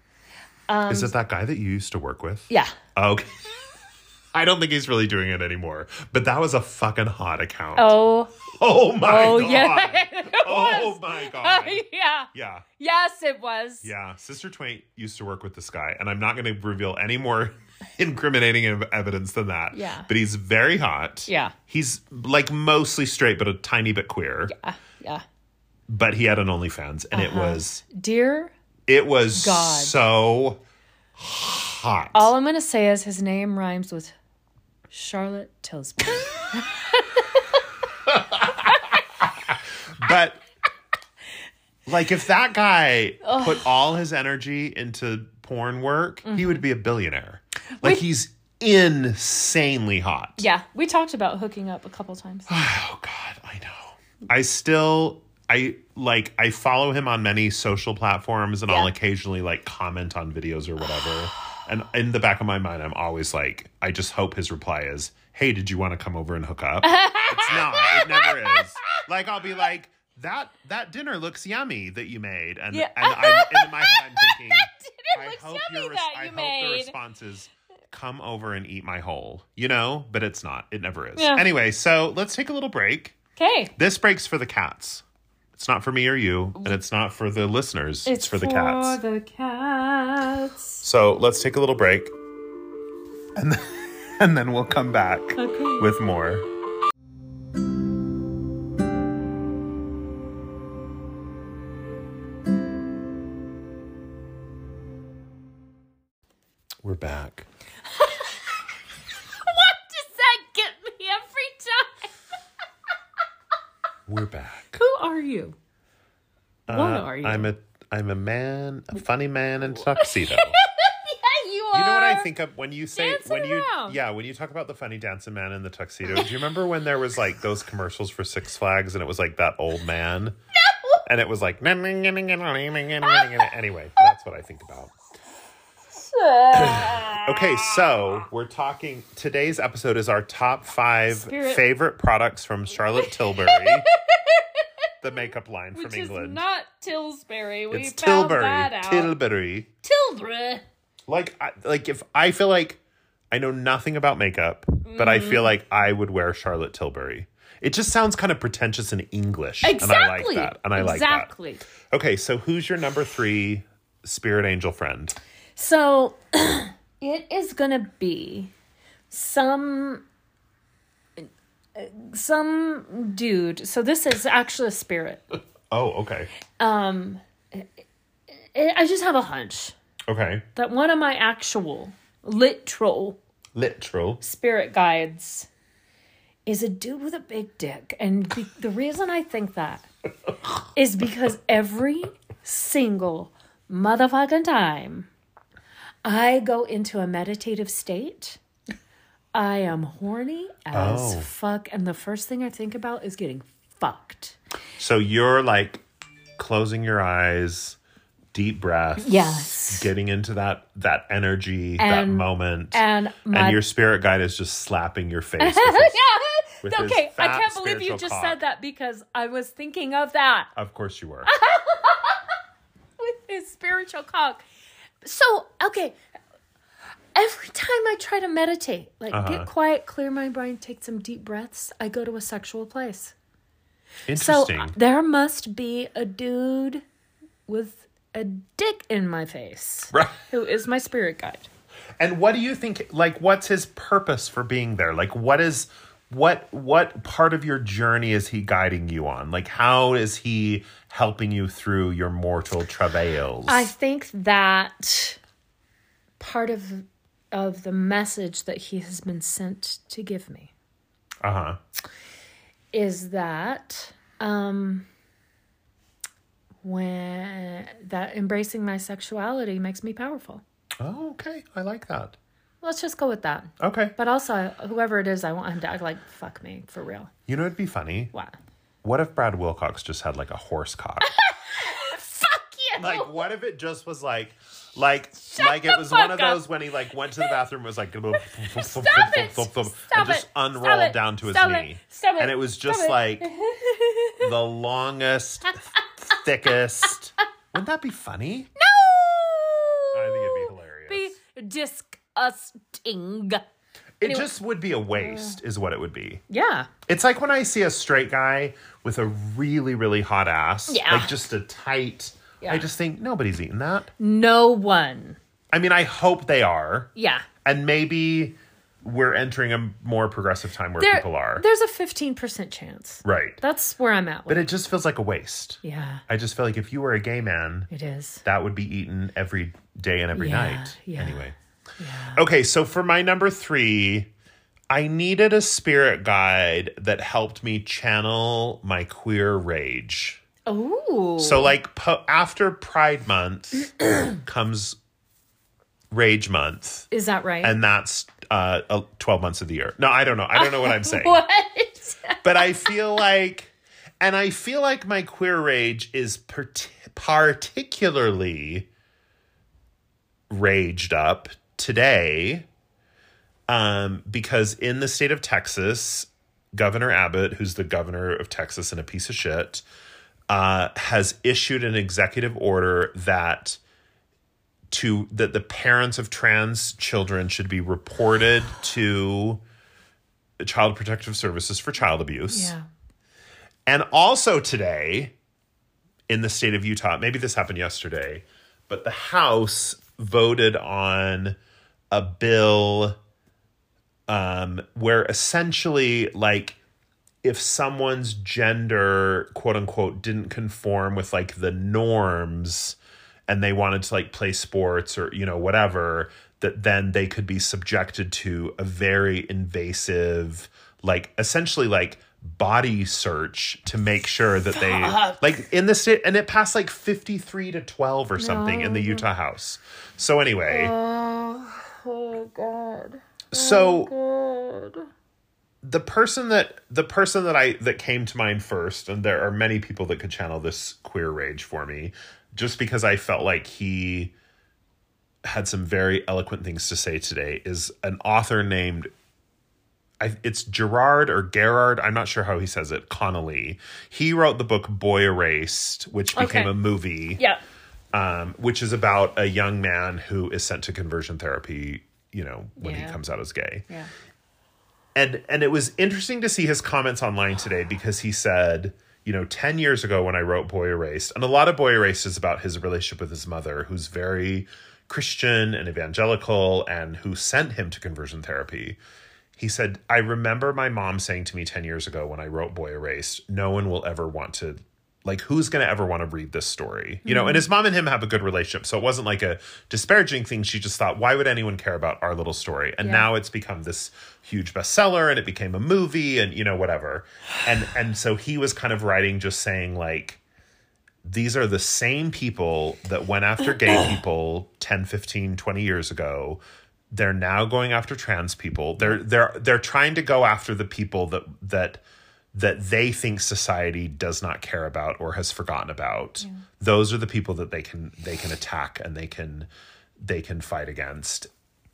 Speaker 1: Is
Speaker 3: Um,
Speaker 1: it that guy that you used to work with? Oh,
Speaker 3: Yeah.
Speaker 1: Okay. I don't think he's really doing it anymore. But that was a fucking hot account. Oh,
Speaker 3: Oh.
Speaker 1: my
Speaker 3: Oh
Speaker 1: god.
Speaker 3: yeah.
Speaker 1: Oh my god.
Speaker 3: yeah.
Speaker 1: Yeah.
Speaker 3: Yes, it was.
Speaker 1: Yeah. Sister Twain used to work with this guy, and I'm not gonna reveal any more incriminating ev- evidence than that.
Speaker 3: Yeah.
Speaker 1: But he's very hot.
Speaker 3: Yeah.
Speaker 1: He's like mostly straight but a tiny bit queer.
Speaker 3: Yeah. yeah.
Speaker 1: But he had an OnlyFans and it was
Speaker 3: Dear,
Speaker 1: it was
Speaker 3: God. Oh,
Speaker 1: so hot.
Speaker 3: all I'm going to say is his name rhymes with Charlotte Tilsbury.
Speaker 1: But like if that guy put all his energy into porn work, he would be a billionaire. Like he's insanely hot.
Speaker 3: yeah. We talked about hooking up a couple times.
Speaker 1: Oh god, I know. I still I like I follow him on many social platforms and I'll
Speaker 3: Yeah.
Speaker 1: occasionally like comment on videos or whatever. And in the back of my mind, I'm always like, I just hope his reply is, "Hey, did you want to come over and hook up?" it's not. It never is. Like I'll be like, that that dinner looks yummy that you made, and
Speaker 3: Yeah.
Speaker 1: and I'm, in my head I'm thinking,
Speaker 3: dinner
Speaker 1: I
Speaker 3: looks
Speaker 1: hope
Speaker 3: yummy
Speaker 1: your res-
Speaker 3: that
Speaker 1: I
Speaker 3: you
Speaker 1: hope the
Speaker 3: made.
Speaker 1: response is, "Come over and eat my whole," you know. But it's not. It never is.
Speaker 3: Yeah.
Speaker 1: Anyway, so let's take a little break.
Speaker 3: Okay.
Speaker 1: This break's for the cats. It's not for me or you, and it's not for the listeners. It's, for the cats.
Speaker 4: the cats.
Speaker 1: So let's take a little break, and then, and then we'll come back
Speaker 4: Okay.
Speaker 1: with more. We're back.
Speaker 3: What does that get me every time?
Speaker 1: We're back. Uh,
Speaker 4: Who are you? what are you?
Speaker 1: I'm a I'm a man, a funny man in tuxedo.
Speaker 3: yeah, you are.
Speaker 1: You know what I think of when you say
Speaker 3: Uh, Dancing
Speaker 1: when you
Speaker 3: around.
Speaker 1: yeah when you talk about the funny dancing man in the tuxedo. do you remember when there was like those commercials for Six Flags and it was like that old man? And it was like anyway. That's what I think about. okay, so we're talking. Today's episode is our top five
Speaker 3: Spirit-
Speaker 1: favorite products from Charlotte Tilbury, the makeup line
Speaker 3: Which
Speaker 1: from England.
Speaker 3: is not Tilbury. We
Speaker 1: it's
Speaker 3: found
Speaker 1: Tilbury.
Speaker 3: that out.
Speaker 1: Tilbury.
Speaker 3: Tilbury.
Speaker 1: Like, I, like if I feel like I know nothing about makeup, but I
Speaker 3: Mm-hmm.
Speaker 1: feel like I would wear Charlotte Tilbury. It just sounds kind of pretentious in English, and I like
Speaker 3: Exactly.
Speaker 1: that. And I
Speaker 3: exactly.
Speaker 1: like that. Okay, so who's your number three spirit angel friend?
Speaker 3: So it is gonna be some some dude. So this is actually a spirit. Um,
Speaker 1: Oh, okay,
Speaker 3: I I just have a hunch
Speaker 1: okay.
Speaker 3: that one of my actual literal
Speaker 1: Literal.
Speaker 3: spirit guides is a dude with a big dick. And be- the reason I think that is because every single motherfucking time I go into a meditative state, I am horny as
Speaker 1: Oh.
Speaker 3: fuck. And the first thing I think about is getting fucked.
Speaker 1: So you're like closing your eyes, deep breath.
Speaker 3: Yes.
Speaker 1: Getting into that that energy, that
Speaker 3: And-
Speaker 1: moment,
Speaker 3: And my.
Speaker 1: and your spirit guide is just slapping your face. with his-
Speaker 3: yeah.
Speaker 1: with his
Speaker 3: Okay, I
Speaker 1: fat
Speaker 3: can't believe you
Speaker 1: spiritual
Speaker 3: just
Speaker 1: cock.
Speaker 3: said that because I was thinking of that.
Speaker 1: of course you were.
Speaker 3: with his spiritual cock. So, okay. Every time I try to meditate, like get quiet, clear my brain, take some deep breaths, I go to a sexual place. So
Speaker 1: Interesting.
Speaker 3: uh, there must be a dude with a dick in my face
Speaker 1: Right.
Speaker 3: who is my spirit guide.
Speaker 1: And what do you think like what's his purpose for being there? Like what is what what part of your journey is he guiding you on? Like how is he helping you through your mortal travails?
Speaker 3: I think that part of of the message that he has been sent to give me
Speaker 1: uh-huh.
Speaker 3: is that um when that embracing my sexuality makes me powerful.
Speaker 1: Oh, okay. I like that.
Speaker 3: Let's just go with that.
Speaker 1: Okay.
Speaker 3: But also, whoever it is, I want him to act like fuck me for real.
Speaker 1: You know it'd be funny.
Speaker 3: What?
Speaker 1: What if Brad Wilcox just had like a horse cock?
Speaker 3: Fuck you!
Speaker 1: like what if it just was like like like
Speaker 3: the
Speaker 1: it was one of
Speaker 3: fuck up.
Speaker 1: those when he like went to the bathroom and was like stop
Speaker 3: Stop it! Stop
Speaker 1: and just
Speaker 3: it!
Speaker 1: unrolled
Speaker 3: Stop it!
Speaker 1: down to his
Speaker 3: Stop it!
Speaker 1: knee.
Speaker 3: Stop it!
Speaker 1: And it was just
Speaker 3: Stop it!
Speaker 1: like the longest, thickest. Wouldn't that be funny?
Speaker 3: No!
Speaker 1: I think it'd be hilarious.
Speaker 3: Be disgusting.
Speaker 1: it just would be a waste, is what it would be.
Speaker 3: Yeah.
Speaker 1: It's like when I see a straight guy with a really, really hot ass,
Speaker 3: Yeah.
Speaker 1: like just a tight. I just think nobody's eating that.
Speaker 3: No one.
Speaker 1: I mean, I hope they are.
Speaker 3: Yeah.
Speaker 1: and maybe we're entering a more progressive time where
Speaker 3: There-
Speaker 1: people are
Speaker 3: There's a 15% chance.
Speaker 1: right
Speaker 3: That's where I'm at
Speaker 1: but
Speaker 3: with
Speaker 1: it just feels like a waste
Speaker 3: Yeah,
Speaker 1: i just feel like if you were a gay man
Speaker 3: it is.
Speaker 1: that would be eaten every day and every
Speaker 3: Yeah,
Speaker 1: night
Speaker 3: yeah.
Speaker 1: anyway okay so for my number three i needed a spirit guide that helped me channel my queer rage
Speaker 3: Oh.
Speaker 1: So like po- after Pride Month comes Rage Month,
Speaker 3: is that right?
Speaker 1: and that's uh, uh, twelve months of the year. No, I don't know. I don't know what I'm saying.
Speaker 3: what?
Speaker 1: but I feel like, and I feel like my queer rage is part- particularly raged up today um, because in the state of Texas, Governor Abbott, who's the governor of Texas and a piece of shit, uh, has issued an executive order that to that the parents of trans children should be reported to Child Protective Services for child abuse.
Speaker 4: Yeah.
Speaker 1: And also today, in the state of Utah, maybe this happened yesterday, but the House voted on a bill um, where essentially, like, if someone's gender, quote unquote, didn't conform with like the norms and they wanted to like play sports or, you know, whatever, that then they could be subjected to a very invasive, like, essentially like body search to make sure that they like in the state and it passed like 53 to 12 or something in the Utah house. So anyway,
Speaker 4: Oh God.
Speaker 1: so
Speaker 4: God.
Speaker 1: the person that the person that I that came to mind first, and there are many people that could channel this queer rage for me, just because I felt like he had some very eloquent things to say today, is an author named I, it's Gerard or Gerard, I'm not sure how he says it, Connolly. He wrote the book Boy Erased, which became
Speaker 3: Okay.
Speaker 1: a movie
Speaker 3: Yeah.
Speaker 1: um, which is about a young man who is sent to conversion therapy. You know, when he
Speaker 4: Yeah.
Speaker 1: comes out as gay.
Speaker 4: Yeah.
Speaker 1: And and it was interesting to see his comments online today because he said, you know, ten years ago when I wrote Boy Erased, and a lot of Boy Erased is about his relationship with his mother, who's very Christian and evangelical, and who sent him to conversion therapy. He said, I remember my mom saying to me 10 years ago when I wrote Boy Erased, no one will ever want to, like, who's going to ever want to read this story? You know, and his mom and him have a good relationship. So it wasn't like a disparaging thing. She just thought, why would anyone care about our little story? And now it's become this huge bestseller and it became a movie and, you know, whatever. And, and so he was kind of writing, just saying, like, these are the same people that went after gay people 10 15 20 years ago they're now going after trans people they're they're they're trying to go after the people that that that they think society does not care about or has forgotten about those are the people that they can they can attack and they can they can fight against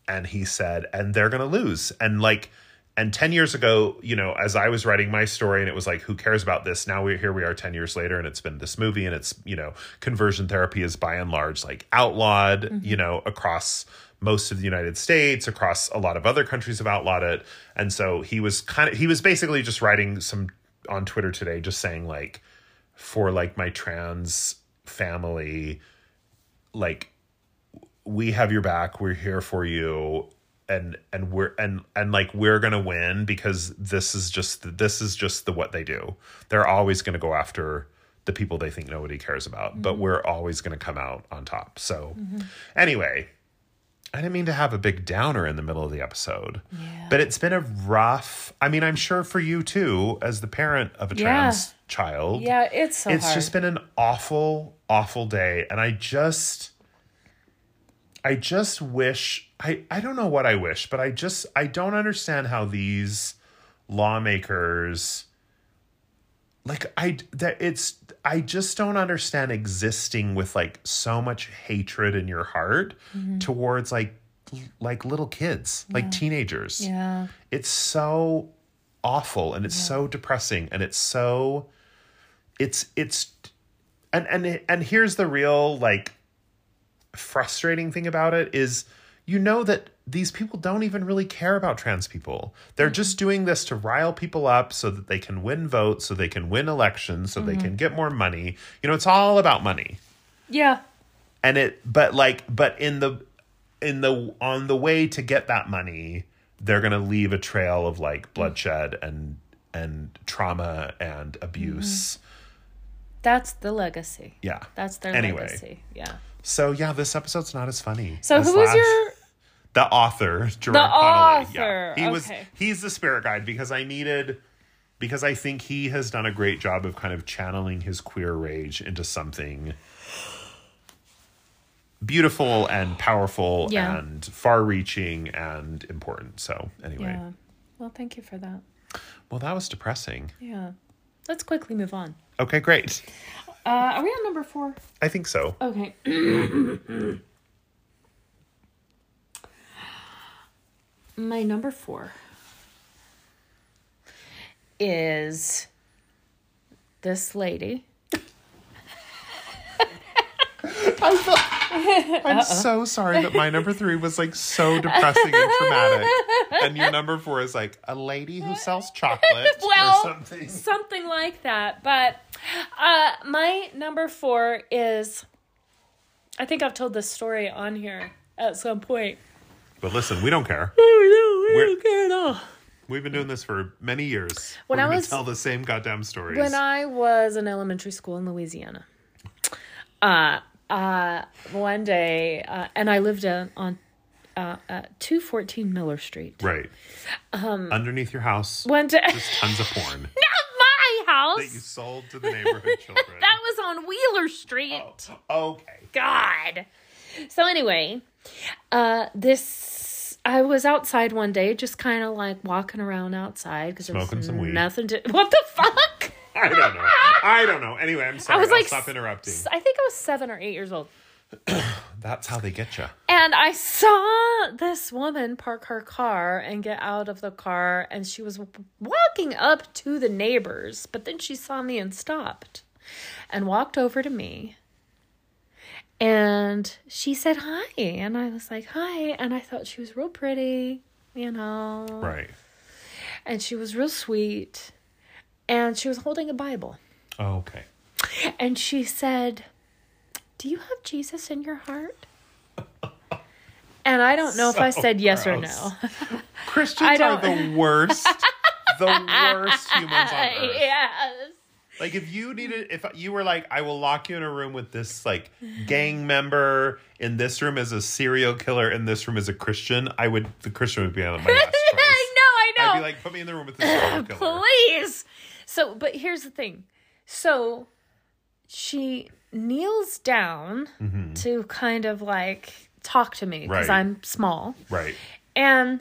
Speaker 1: and he said and they're going to lose and like and 10 years ago you know as i was writing my story and it was like who cares about this now we're here we are 10 years later and it's been this movie and it's you know conversion therapy is by and large like outlawed you know across most of the united states across a lot of other countries have outlawed it and so he was kind of he was basically just writing some on twitter today just saying like for like my trans family like we have your back we're here for you and and we're and and like we're gonna win because this is just this is just the what they do they're always gonna go after the people they think nobody cares about but we're always gonna come out on top so anyway i didn't mean to have a big downer in the middle of the episode but it's been a rough i mean i'm sure for you too as the parent of a trans child
Speaker 3: Yeah, it's so
Speaker 1: it's
Speaker 3: hard.
Speaker 1: just been an awful awful day and i just i just wish i i don't know what i wish but i just i don't understand how these lawmakers like i that it's i just don't understand existing with like so much hatred in your heart
Speaker 3: Mm-hmm.
Speaker 1: towards like like little kids like teenagers
Speaker 4: Yeah.
Speaker 1: it's so awful and it's so depressing and it's so it's it's and and and here's the real like frustrating thing about it is you know that these people don't even really care about trans people. They're just doing this to rile people up so that they can win votes, so they can win elections, so they can get more money. You know, it's all about money
Speaker 4: Yeah.
Speaker 1: and it but like but in the in the on the way to get that money they're going to leave a trail of
Speaker 3: Mm.
Speaker 1: like bloodshed and and trauma and abuse
Speaker 3: That's the legacy.
Speaker 1: yeah
Speaker 3: Mm-hmm. That's their
Speaker 1: Anyway.
Speaker 3: legacy. Yeah.
Speaker 1: so yeah this episode's not as funny
Speaker 3: So
Speaker 1: as
Speaker 3: who was
Speaker 1: last-
Speaker 3: your
Speaker 1: the author Gerard
Speaker 3: The
Speaker 1: Connolly. yeah
Speaker 3: author,
Speaker 1: he was
Speaker 3: okay.
Speaker 1: he's the spirit guide because i needed because i think he has done a great job of kind of channeling his queer rage into something beautiful and powerful
Speaker 3: Yeah.
Speaker 1: and far reaching and important so anyway
Speaker 3: Yeah. Well, thank you for that.
Speaker 1: well that was depressing
Speaker 3: Yeah. Let's quickly move on.
Speaker 1: okay great
Speaker 3: Uh, are we on number four?
Speaker 1: i think so
Speaker 4: Okay. My number four is this lady.
Speaker 1: I'm so sorry that my number three was like so depressing and traumatic, and your number four is like a lady who sells chocolate
Speaker 3: Well,
Speaker 1: or something.
Speaker 3: something like that. But uh, my number four is I think I've told this story on here at some point.
Speaker 1: But listen, we don't care.
Speaker 3: Oh, no,
Speaker 1: We're- don't
Speaker 3: care at all.
Speaker 1: We've been doing this for many years.
Speaker 3: When
Speaker 1: We're
Speaker 3: I
Speaker 1: gonna
Speaker 3: was-
Speaker 1: tell the same goddamn stories.
Speaker 3: When I was in elementary school in Louisiana, uh, uh, one day, uh, and I lived on, on uh, uh, 214 Miller Street.
Speaker 1: right.
Speaker 3: Um,
Speaker 1: Underneath your house,
Speaker 3: One day, not
Speaker 1: tons of porn
Speaker 3: my
Speaker 1: that you
Speaker 3: house.
Speaker 1: sold to the neighborhood children.
Speaker 3: That was on Wheeler Street.
Speaker 1: Oh. okay.
Speaker 3: God. So anyway, uh this I was outside one day just kind of like walking around outside because there was
Speaker 1: Smoking some weed.
Speaker 3: nothing to What the fuck?
Speaker 1: I don't know. I don't know. Anyway, I'm sorry.
Speaker 3: I was
Speaker 1: I'll
Speaker 3: like
Speaker 1: stop interrupting.
Speaker 3: s- I think I was 7 or 8 years old.
Speaker 1: That's how they get you.
Speaker 3: And I saw this woman park her car and get out of the car and she was w- walking up to the neighbors, but then she saw me and stopped and walked over to me. And she said hi, and I was like, "Hi." And I thought she was real pretty, you know.
Speaker 1: Right.
Speaker 3: And she was real sweet. And she was holding a Bible.
Speaker 1: Okay.
Speaker 3: And she said, Do you have Jesus in your heart? And I don't know if I
Speaker 1: So
Speaker 3: said yes or
Speaker 1: gross.
Speaker 3: no. I
Speaker 1: Christians are
Speaker 3: don't-
Speaker 1: the worst. the worst humans on earth.
Speaker 3: yes.
Speaker 1: Like if you needed if you were like I will lock you in a room with this like gang member in this room is a serial killer in this room is a Christian, I would the Christian would be on my last choice.
Speaker 3: I know, I know.
Speaker 1: I'd be like put me in the room with the serial killer.
Speaker 3: Please. So, but here's the thing. So she kneels down to kind of like talk to me because
Speaker 1: Mm-hmm. Right.
Speaker 3: I'm small.
Speaker 1: Right.
Speaker 3: And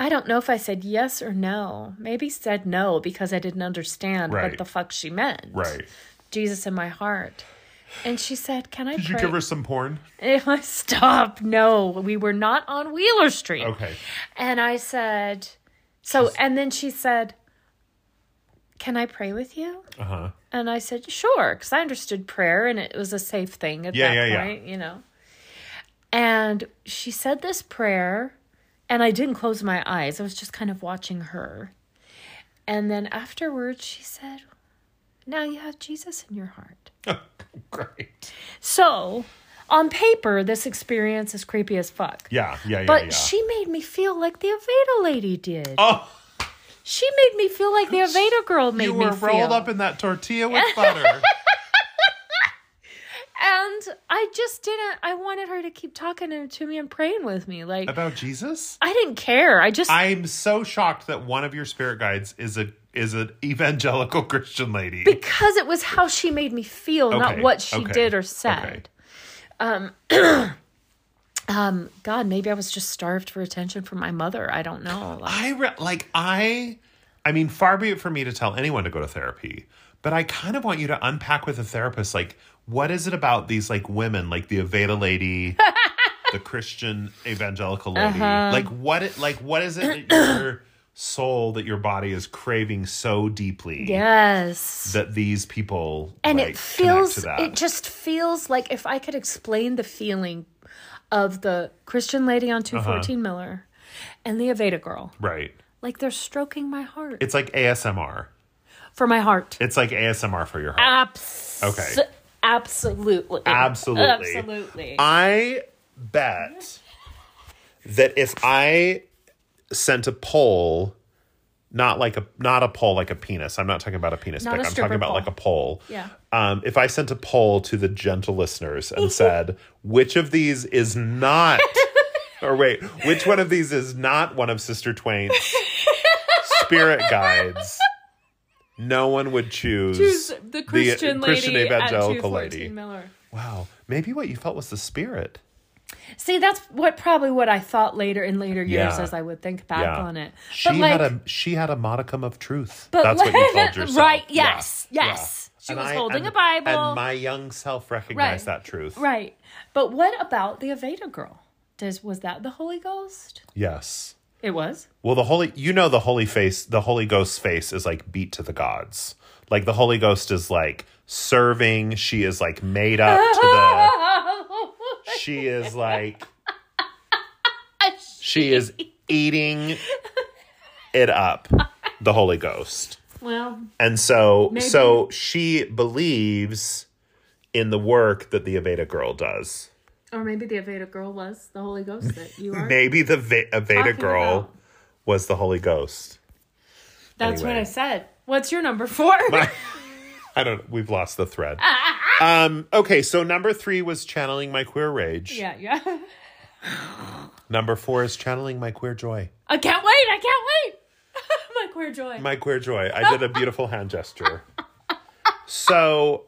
Speaker 3: I don't know if I said yes or no. Maybe said no because I didn't understand
Speaker 1: Right.
Speaker 3: what the fuck she meant.
Speaker 1: Right.
Speaker 3: Jesus in my heart. And she said, Can I
Speaker 1: Did you
Speaker 3: pray?
Speaker 1: give her some porn?
Speaker 3: Stop. No, we were not on Wheeler Street.
Speaker 1: Okay.
Speaker 3: And I said, So, and then she said, Can I pray with you?
Speaker 1: Uh-huh.
Speaker 3: And I said, sure, because I understood prayer and it was a safe thing at
Speaker 1: Yeah,
Speaker 3: that
Speaker 1: yeah, yeah.
Speaker 3: point, you know. And she said this prayer, and I didn't close my eyes. I was just kind of watching her. And then afterwards, she said, Now you have Jesus in your heart.
Speaker 1: Great.
Speaker 3: So, on paper, this experience is creepy as fuck.
Speaker 1: Yeah, yeah, yeah,
Speaker 3: But
Speaker 1: yeah.
Speaker 3: she made me feel like the Aveda lady did.
Speaker 1: Oh.
Speaker 3: She made me feel like the Aveda girl made
Speaker 1: you
Speaker 3: me
Speaker 1: were
Speaker 3: feel.
Speaker 1: rolled up in that tortilla with butter.
Speaker 3: And I just didn't. I wanted her to keep talking to- to me and praying with me. Like
Speaker 1: About Jesus?
Speaker 3: I didn't care. I just
Speaker 1: I'm so shocked that one of your spirit guides is a is an evangelical Christian lady.
Speaker 3: because it was how she made me feel, not
Speaker 1: Okay,
Speaker 3: what she
Speaker 1: okay,
Speaker 3: did or
Speaker 1: okay.
Speaker 3: said. Um, um, God, maybe I was just starved for attention from my mother. I don't know. Like,
Speaker 1: I re- like I I mean far be it for me to tell anyone to go to therapy, but I kind of want you to unpack with a therapist like what is it about these like women like the Aveda lady, the Christian evangelical lady?
Speaker 3: Uh-huh.
Speaker 1: Like what it like what is it that your soul that your body is craving so deeply
Speaker 3: yes.
Speaker 1: that these people
Speaker 3: and
Speaker 1: like,
Speaker 3: it
Speaker 1: connect
Speaker 3: feels
Speaker 1: to that?
Speaker 3: it just feels like if I could explain the feeling of the Christian lady
Speaker 1: Uh-huh.
Speaker 3: on 214 Miller and the Aveda girl,
Speaker 1: right.
Speaker 3: like they're stroking my heart
Speaker 1: It's like ASMR.
Speaker 3: for my heart.
Speaker 1: It's like ASMR for your heart.
Speaker 3: Abs-
Speaker 1: Okay.
Speaker 3: Absolutely.
Speaker 1: Absolutely. Um,
Speaker 3: Absolutely.
Speaker 1: I bet that if I sent a poll, not like a not a poll like a penis. I'm not talking about a penis
Speaker 3: Not
Speaker 1: pic.
Speaker 3: a
Speaker 1: I'm
Speaker 3: stripper
Speaker 1: talking about
Speaker 3: poll.
Speaker 1: like a poll.
Speaker 3: Yeah.
Speaker 1: Um, if I sent a poll to the gentle listeners and said which of these is not, or wait, which one of these is not one of Sister Twain's spirit guides. No one would choose,
Speaker 3: the Christian
Speaker 1: Christian
Speaker 3: lady
Speaker 1: evangelical
Speaker 3: at
Speaker 1: lady.
Speaker 3: 214 Miller.
Speaker 1: Wow. Maybe what you felt was the spirit.
Speaker 3: See, that's what probably what I thought later in later years
Speaker 1: Yeah.
Speaker 3: as I would think back on it.
Speaker 1: She had a she had a modicum of truth.
Speaker 3: But
Speaker 1: That's what you told
Speaker 3: like-
Speaker 1: yourself.
Speaker 3: right,
Speaker 1: Yeah,
Speaker 3: yes, yes. She was holding
Speaker 1: and-
Speaker 3: a Bible.
Speaker 1: And my young self recognized
Speaker 3: Right.
Speaker 1: that truth.
Speaker 3: right. But what about the Aveda girl? Does was that the Holy Ghost?
Speaker 1: Yes.
Speaker 3: It was.
Speaker 1: Well, the holy, you know, the holy face, the Holy Ghost face is like beat to the gods. Like the Holy Ghost is like serving. She is like made up to the. She is like. She is eating it up, the Holy Ghost.
Speaker 4: Well,
Speaker 1: And so, so she believes in the work that the Aveda girl does.
Speaker 4: or maybe the Aveda girl was the Holy Ghost that you are.
Speaker 1: Maybe the Ve-
Speaker 4: Talking
Speaker 1: Aveda girl
Speaker 4: about-
Speaker 1: was the Holy Ghost.
Speaker 4: That's what
Speaker 1: anyway.
Speaker 4: I said. What's your number four?
Speaker 1: I don't. We've lost the thread.
Speaker 3: Ah,
Speaker 1: um. Okay. So number three was channeling my queer rage.
Speaker 3: Yeah, yeah.
Speaker 1: Number four is channeling my queer joy.
Speaker 3: I can't wait. I can't wait. My queer joy.
Speaker 1: My queer joy. I did a beautiful hand gesture. So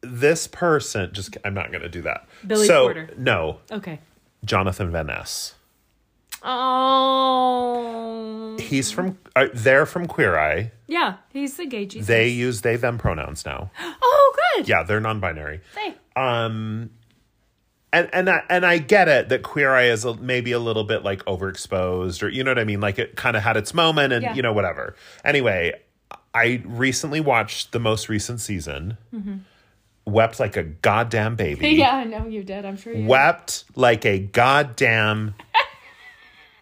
Speaker 1: this person. Just. I'm not going to do that.
Speaker 3: Billy
Speaker 1: so,
Speaker 3: Porter.
Speaker 1: No,
Speaker 3: okay.
Speaker 1: Jonathan Van Ness.
Speaker 3: Oh.
Speaker 1: He's from. Uh, they're from Queer Eye.
Speaker 3: Yeah, he's the gay Jesus.
Speaker 1: They use they them pronouns now.
Speaker 3: oh, good.
Speaker 1: Yeah, they're non-binary.
Speaker 3: Hey.
Speaker 1: and and I, and I get it that Queer Eye is a, maybe a little bit like overexposed or you know what I mean like it kind of had its moment and
Speaker 3: Yeah.
Speaker 1: you know whatever. Anyway, I recently watched the most recent season. Wept like a goddamn baby.
Speaker 3: Mm-hmm. Yeah, I know you did. I'm sure you.
Speaker 1: Wept like a goddamn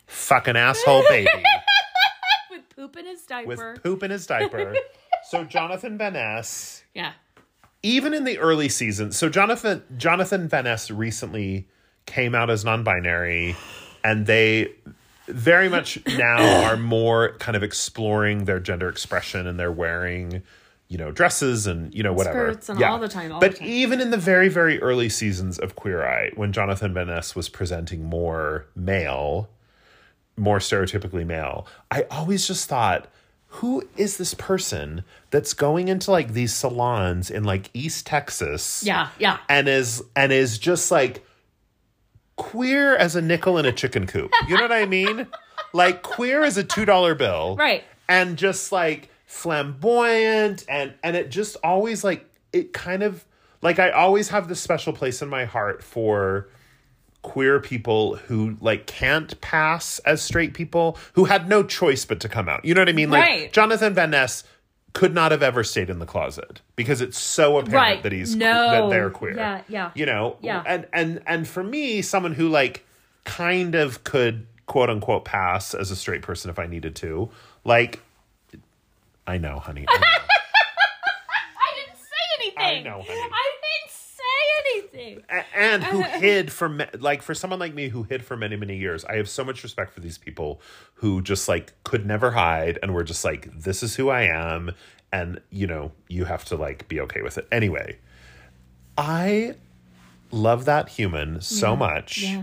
Speaker 1: fucking asshole baby
Speaker 3: With poop in his diaper.
Speaker 1: with poop in his diaper. so Jonathan Van Ness
Speaker 3: yeah.
Speaker 1: even in the early season, so Jonathan Jonathan Van Ness recently came out as non-binary, and they very much now are more kind of exploring their gender expression and they're wearing, you know, dresses and you know whatever.
Speaker 4: skirts and all the time, all
Speaker 1: but
Speaker 4: the time.
Speaker 1: even in the very very early seasons of Queer Eye, when Jonathan Van Ness was presenting more male, more stereotypically male, I always just thought, who is this person that's going into like these salons in like East Texas?
Speaker 3: Yeah, yeah.
Speaker 1: And is and is just like queer as a nickel in a chicken coop. You know what I mean? like queer as a two dollar bill.
Speaker 3: Right.
Speaker 1: And just like flamboyant and and it just always like it kind of like I always have this special place in my heart for queer people who like can't pass as straight people who had no choice but to come out. You know what I mean? Like
Speaker 3: Right.
Speaker 1: Jonathan Van Ness could not have ever stayed in the closet because it's so apparent
Speaker 3: Right.
Speaker 1: that he's
Speaker 3: No.
Speaker 1: that they're queer.
Speaker 3: Yeah, yeah.
Speaker 1: You know,
Speaker 3: Yeah.
Speaker 1: And and and for me, someone who like kind of could quote unquote pass as a straight person if I needed to, like I know, honey. I know.
Speaker 3: I didn't say anything.
Speaker 1: I know, honey.
Speaker 3: I didn't say anything.
Speaker 1: A- and who hid for ma- like for someone like me who hid for many many years i have so much respect for these people who just like could never hide and were just like this is who i am and you know you have to like be okay with it anyway i love that human so much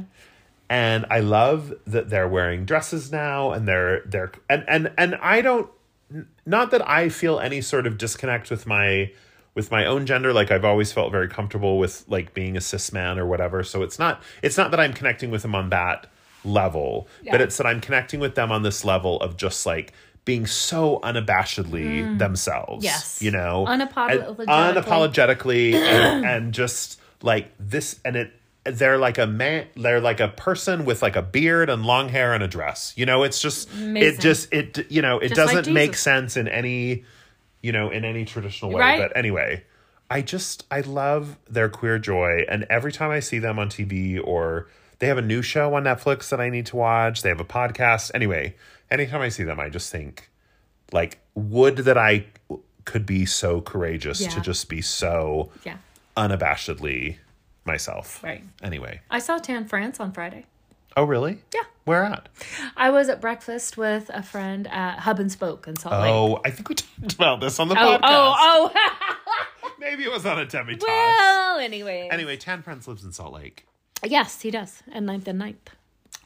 Speaker 1: and i love that they're wearing dresses now and they're they're and and and i don't n- not that i feel any sort of disconnect with my with my own gender like i've always felt very comfortable with like being a cis man or whatever so it's not it's not that i'm connecting with them on that level but it's that i'm connecting with them on this level of just like being so unabashedly themselves
Speaker 3: Yes.
Speaker 1: you know And
Speaker 4: Unapologetically.
Speaker 1: unapologetically and, and just like this and it they're like a man they're like a person with like a beard and long hair and a dress you know it's just it
Speaker 3: Amazing.
Speaker 1: just it you know it
Speaker 4: like
Speaker 1: doesn't make
Speaker 4: Jesus.
Speaker 1: sense in any you know in any traditional way
Speaker 3: Right.
Speaker 1: but anyway i just i love their queer joy and every time i see them on tv or they have a new show on netflix that i need to watch they have a podcast anyway anytime i see them i just think like would that i could be so courageous to
Speaker 3: Yeah.
Speaker 1: just be so
Speaker 3: Yeah.
Speaker 1: unabashedly myself
Speaker 3: Right.
Speaker 1: anyway
Speaker 3: I saw Tan France on Friday.
Speaker 1: oh really
Speaker 3: Yeah.
Speaker 1: where at
Speaker 3: I was at breakfast with a friend at Hub and Spoke in Salt Lake.
Speaker 1: oh i think we talked about this on the
Speaker 3: oh,
Speaker 1: podcast
Speaker 3: oh, oh.
Speaker 1: maybe it was on a demi
Speaker 3: well, anyway.
Speaker 1: anyway tan prince lives in salt lake
Speaker 3: Yes, he does. And ninth and ninth.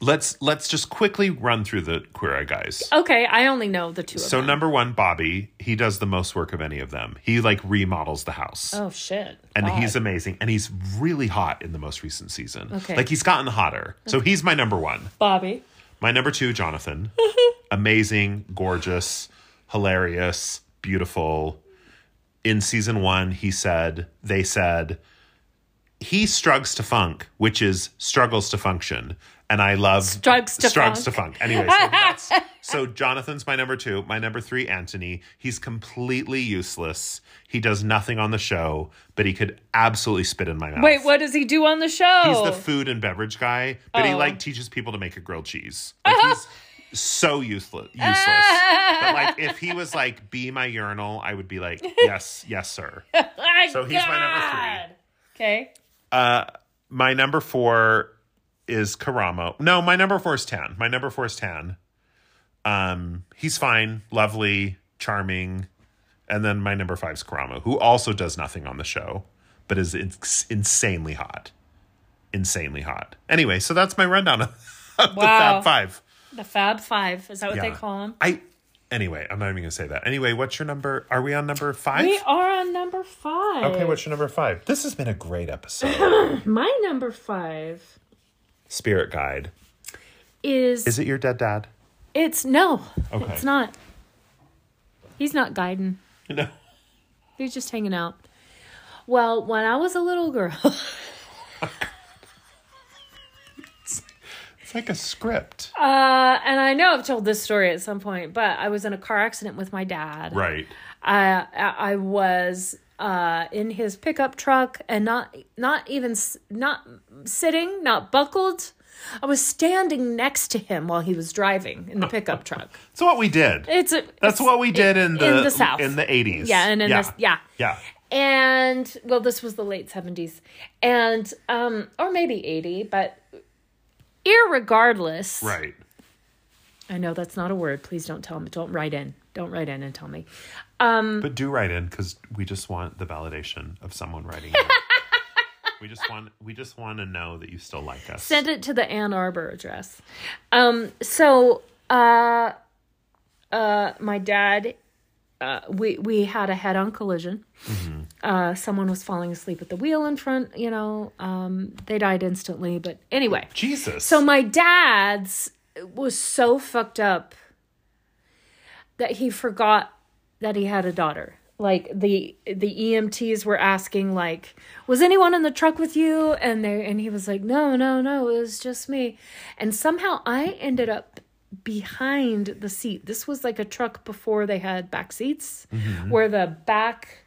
Speaker 1: let's let's just quickly run through the queer eye guys
Speaker 3: Okay, I only know the two of
Speaker 1: so
Speaker 3: them.
Speaker 1: number one bobby he does the most work of any of them he like remodels the house
Speaker 3: Oh shit.
Speaker 1: and
Speaker 3: God.
Speaker 1: he's amazing and he's really hot in the most recent season
Speaker 3: Okay.
Speaker 1: like he's gotten hotter so he's my number one
Speaker 3: Bobby.
Speaker 1: my number two jonathan amazing gorgeous hilarious beautiful in season one he said they said he struggles to funk, which is struggles to function. And I love
Speaker 5: Strugs to
Speaker 1: struggles
Speaker 5: funk.
Speaker 1: to funk. Anyway, so, that's, so Jonathan's my number two. My number three, Anthony. He's completely useless. He does nothing on the show, but he could absolutely spit in my mouth.
Speaker 5: Wait, what does he do on the show?
Speaker 1: He's
Speaker 3: Oh.
Speaker 1: the food and beverage guy, but he
Speaker 5: Oh.
Speaker 1: like teaches people to make a grilled cheese. Like, He's so useless. Useless. but like, if he was like, "Be my urinal," I would be like, "Yes, yes, sir." So he's my number three.
Speaker 5: Okay.
Speaker 1: My number four is Karamo. No, my number four is Tan. My number four is Tan. Um, he's fine, lovely, charming, and then my number five is Karamo, who also does nothing on the show, but is ins- insanely hot, insanely hot. Anyway, so that's my rundown of, of the
Speaker 5: Wow.
Speaker 1: Fab Five.
Speaker 5: The Fab Five. Is that what they call him?
Speaker 1: I anyway, I'm not even gonna say that. Anyway, what's your number? Are we on number five?
Speaker 5: We are on number five.
Speaker 1: okay, what's your number five? This has been a great episode.
Speaker 3: My number five
Speaker 1: Spirit guide.
Speaker 3: is,
Speaker 1: Is it your dead dad?
Speaker 3: it's no,
Speaker 1: Okay.
Speaker 3: it's not. He's not guiding.
Speaker 1: No.
Speaker 3: He's just hanging out. Well, when I was a little girl, uh,
Speaker 1: It's like a script.
Speaker 3: uh, and I know I've told this story at some point, but I was in a car accident with my dad.
Speaker 1: Right.
Speaker 3: I I I was uh, in his pickup truck and not not even s- not sitting, not buckled. I was standing next to him while he was driving in the pickup truck.
Speaker 1: That's what we did.
Speaker 3: It's a,
Speaker 1: That's
Speaker 3: it's-
Speaker 1: what we did in the
Speaker 3: in the South.
Speaker 1: in the eighties.
Speaker 3: yeah, and in
Speaker 1: yeah.
Speaker 3: This, yeah,
Speaker 1: yeah.
Speaker 3: and well, this was the late seventies, and um, or maybe eighty, but irregardless,
Speaker 1: Right.
Speaker 3: I know that's not a word. Please don't tell me. Don't write in. Don't write in and tell me.
Speaker 1: But do write in because we just want the validation of someone writing. in. we just want we just want to know that you still like us.
Speaker 3: sent it to the Ann Arbor address. Um, so uh, uh, my dad, uh, we we had a head-on collision. Uh, someone was falling asleep at the wheel in front. You know, um, they died instantly. But anyway,
Speaker 1: Jesus.
Speaker 3: so my dad's was so fucked up that he forgot that he had a daughter. Like the the EMTs were asking, like, was anyone in the truck with you? And they and he was like, no, no, no, it was just me. And somehow I ended up behind the seat. This was like a truck before they had back seats, where the back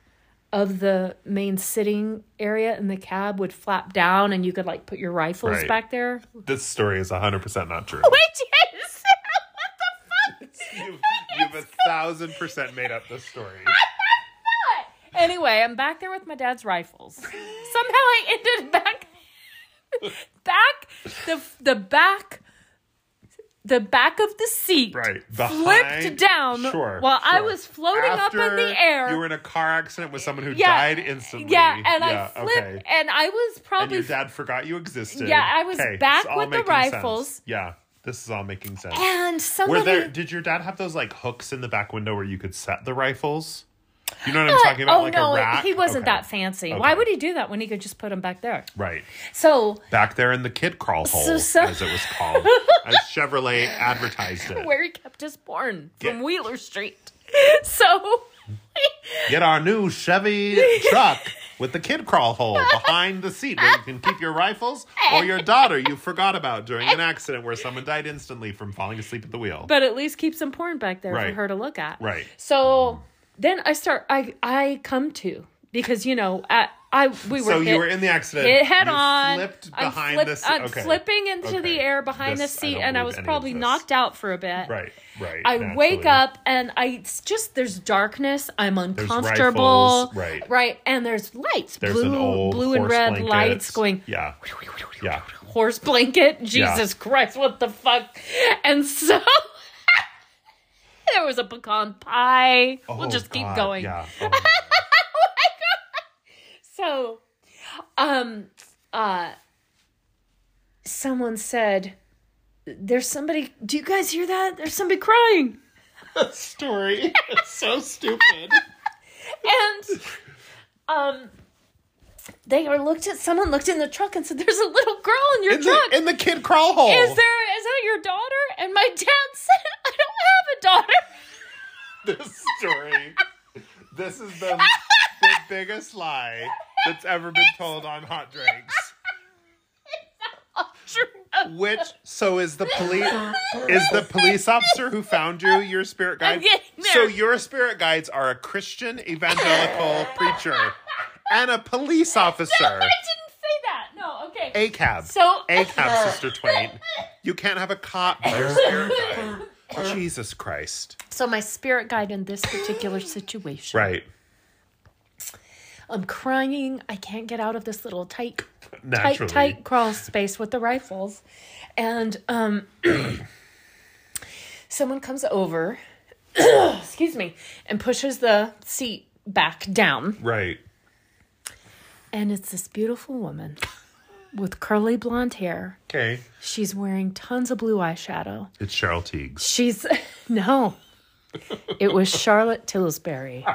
Speaker 3: of the main sitting area in the cab would flap down, and you could like put your rifles
Speaker 1: Right.
Speaker 3: back there.
Speaker 1: this story is hundred percent not
Speaker 3: Oh,
Speaker 1: true.
Speaker 3: Which is what the fuck?
Speaker 1: You've, you've a thousand percent made up this story.
Speaker 3: Anyway, I'm back there with my dad's rifles. Somehow I ended back, back the the back, the back of the seat.
Speaker 1: Right.
Speaker 3: Flipped down
Speaker 1: Sure,
Speaker 3: while I
Speaker 1: sure.
Speaker 3: was floating up in the
Speaker 1: After
Speaker 3: air.
Speaker 1: You were in a car accident with someone who died instantly.
Speaker 3: Yeah, and
Speaker 1: Yeah,
Speaker 3: I flipped,
Speaker 1: okay.
Speaker 3: and I was
Speaker 1: And
Speaker 3: probably
Speaker 1: your dad forgot you existed.
Speaker 3: Yeah, I was
Speaker 1: Okay,
Speaker 3: back
Speaker 1: it's all
Speaker 3: with the
Speaker 1: making sense.
Speaker 3: rifles.
Speaker 1: Yeah, this is all making sense.
Speaker 3: and
Speaker 1: Were
Speaker 3: somebody.
Speaker 1: there? Did your dad have those like hooks in the back window where you could set the rifles? You know what I'm talking about?
Speaker 3: oh
Speaker 1: like
Speaker 3: no,
Speaker 1: a rack.
Speaker 3: he wasn't
Speaker 1: Okay.
Speaker 3: that fancy. Why
Speaker 1: Okay.
Speaker 3: would he do that when he could just put him back there?
Speaker 1: Right
Speaker 3: So
Speaker 1: back there in the kid crawl hole,
Speaker 3: so-
Speaker 1: as it was called, as Chevrolet advertised it.
Speaker 3: where he kept his porn from
Speaker 1: Yeah.
Speaker 3: Wheeler Street. So
Speaker 1: Get our new Chevy truck with the kid crawl hole behind the seat where you can keep your rifles or your daughter you forgot about during an accident where someone died instantly from falling asleep at the wheel.
Speaker 3: but at least keep some porn back there
Speaker 1: Right.
Speaker 3: for her to look at.
Speaker 1: Right.
Speaker 3: So then I start I I come to because you know I I we were
Speaker 1: so
Speaker 3: hit,
Speaker 1: you were in the accident.
Speaker 3: hit head
Speaker 1: you
Speaker 3: on.
Speaker 1: Flipped
Speaker 3: I'm
Speaker 1: behind
Speaker 3: flip-
Speaker 1: the seat.
Speaker 3: I'm
Speaker 1: okay.
Speaker 3: flipping into
Speaker 1: Okay.
Speaker 3: the air behind
Speaker 1: This-
Speaker 3: the
Speaker 1: I
Speaker 3: seat,
Speaker 1: don't
Speaker 3: and I
Speaker 1: believe
Speaker 3: was
Speaker 1: any of
Speaker 3: probably
Speaker 1: this.
Speaker 3: knocked out for a bit.
Speaker 1: Right, right.
Speaker 3: I
Speaker 1: naturally.
Speaker 3: wake up and I it's just there's darkness. I'm uncomfortable.
Speaker 1: rifles, right.
Speaker 3: right, and there's lights,
Speaker 1: There's
Speaker 3: blue,
Speaker 1: an old
Speaker 3: blue and
Speaker 1: horse
Speaker 3: red
Speaker 1: blanket.
Speaker 3: lights going.
Speaker 1: Yeah, yeah.
Speaker 3: horse blanket. Jesus Christ, what the fuck? And so there was a pecan pie.
Speaker 1: Oh,
Speaker 3: we'll just keep
Speaker 1: God,
Speaker 3: going.
Speaker 1: Yeah. Oh, my God.
Speaker 3: So, um, uh, someone said, "There's somebody. Do you guys hear that? There's somebody crying."
Speaker 1: That story. It's so stupid.
Speaker 3: And um. They were looked at. Someone looked in the truck and said, "There's a little girl in your
Speaker 1: In the, Oh.
Speaker 3: truck."
Speaker 1: in the kid crawl hole.
Speaker 3: is there? Is that your daughter? And my dad said, "I don't have a daughter."
Speaker 1: this story. This is the, the biggest lie that's ever been told on hot drinks. Which so is the police is the police officer who found you your spirit guide?
Speaker 6: getting there.
Speaker 1: So your spirit guides are a Christian evangelical preacher and a police officer.
Speaker 6: I didn't say that. No, okay.
Speaker 1: A cab.
Speaker 6: So-
Speaker 1: A cab, Sister Twain. You can't have a cop be your spirit guide. Jesus Christ.
Speaker 3: So my spirit guide in this particular situation.
Speaker 1: Right.
Speaker 3: I'm crying. I can't get out of this little tight,
Speaker 1: Naturally.
Speaker 3: tight, tight crawl space with the rifles, and um, someone comes over, excuse me, and pushes the seat back down,
Speaker 1: Right.
Speaker 3: and it's this beautiful woman with curly blonde hair.
Speaker 1: Okay.
Speaker 3: She's wearing tons of blue eyeshadow.
Speaker 1: It's Cheryl Teagues.
Speaker 3: She's no. It was Charlotte Tillsbury.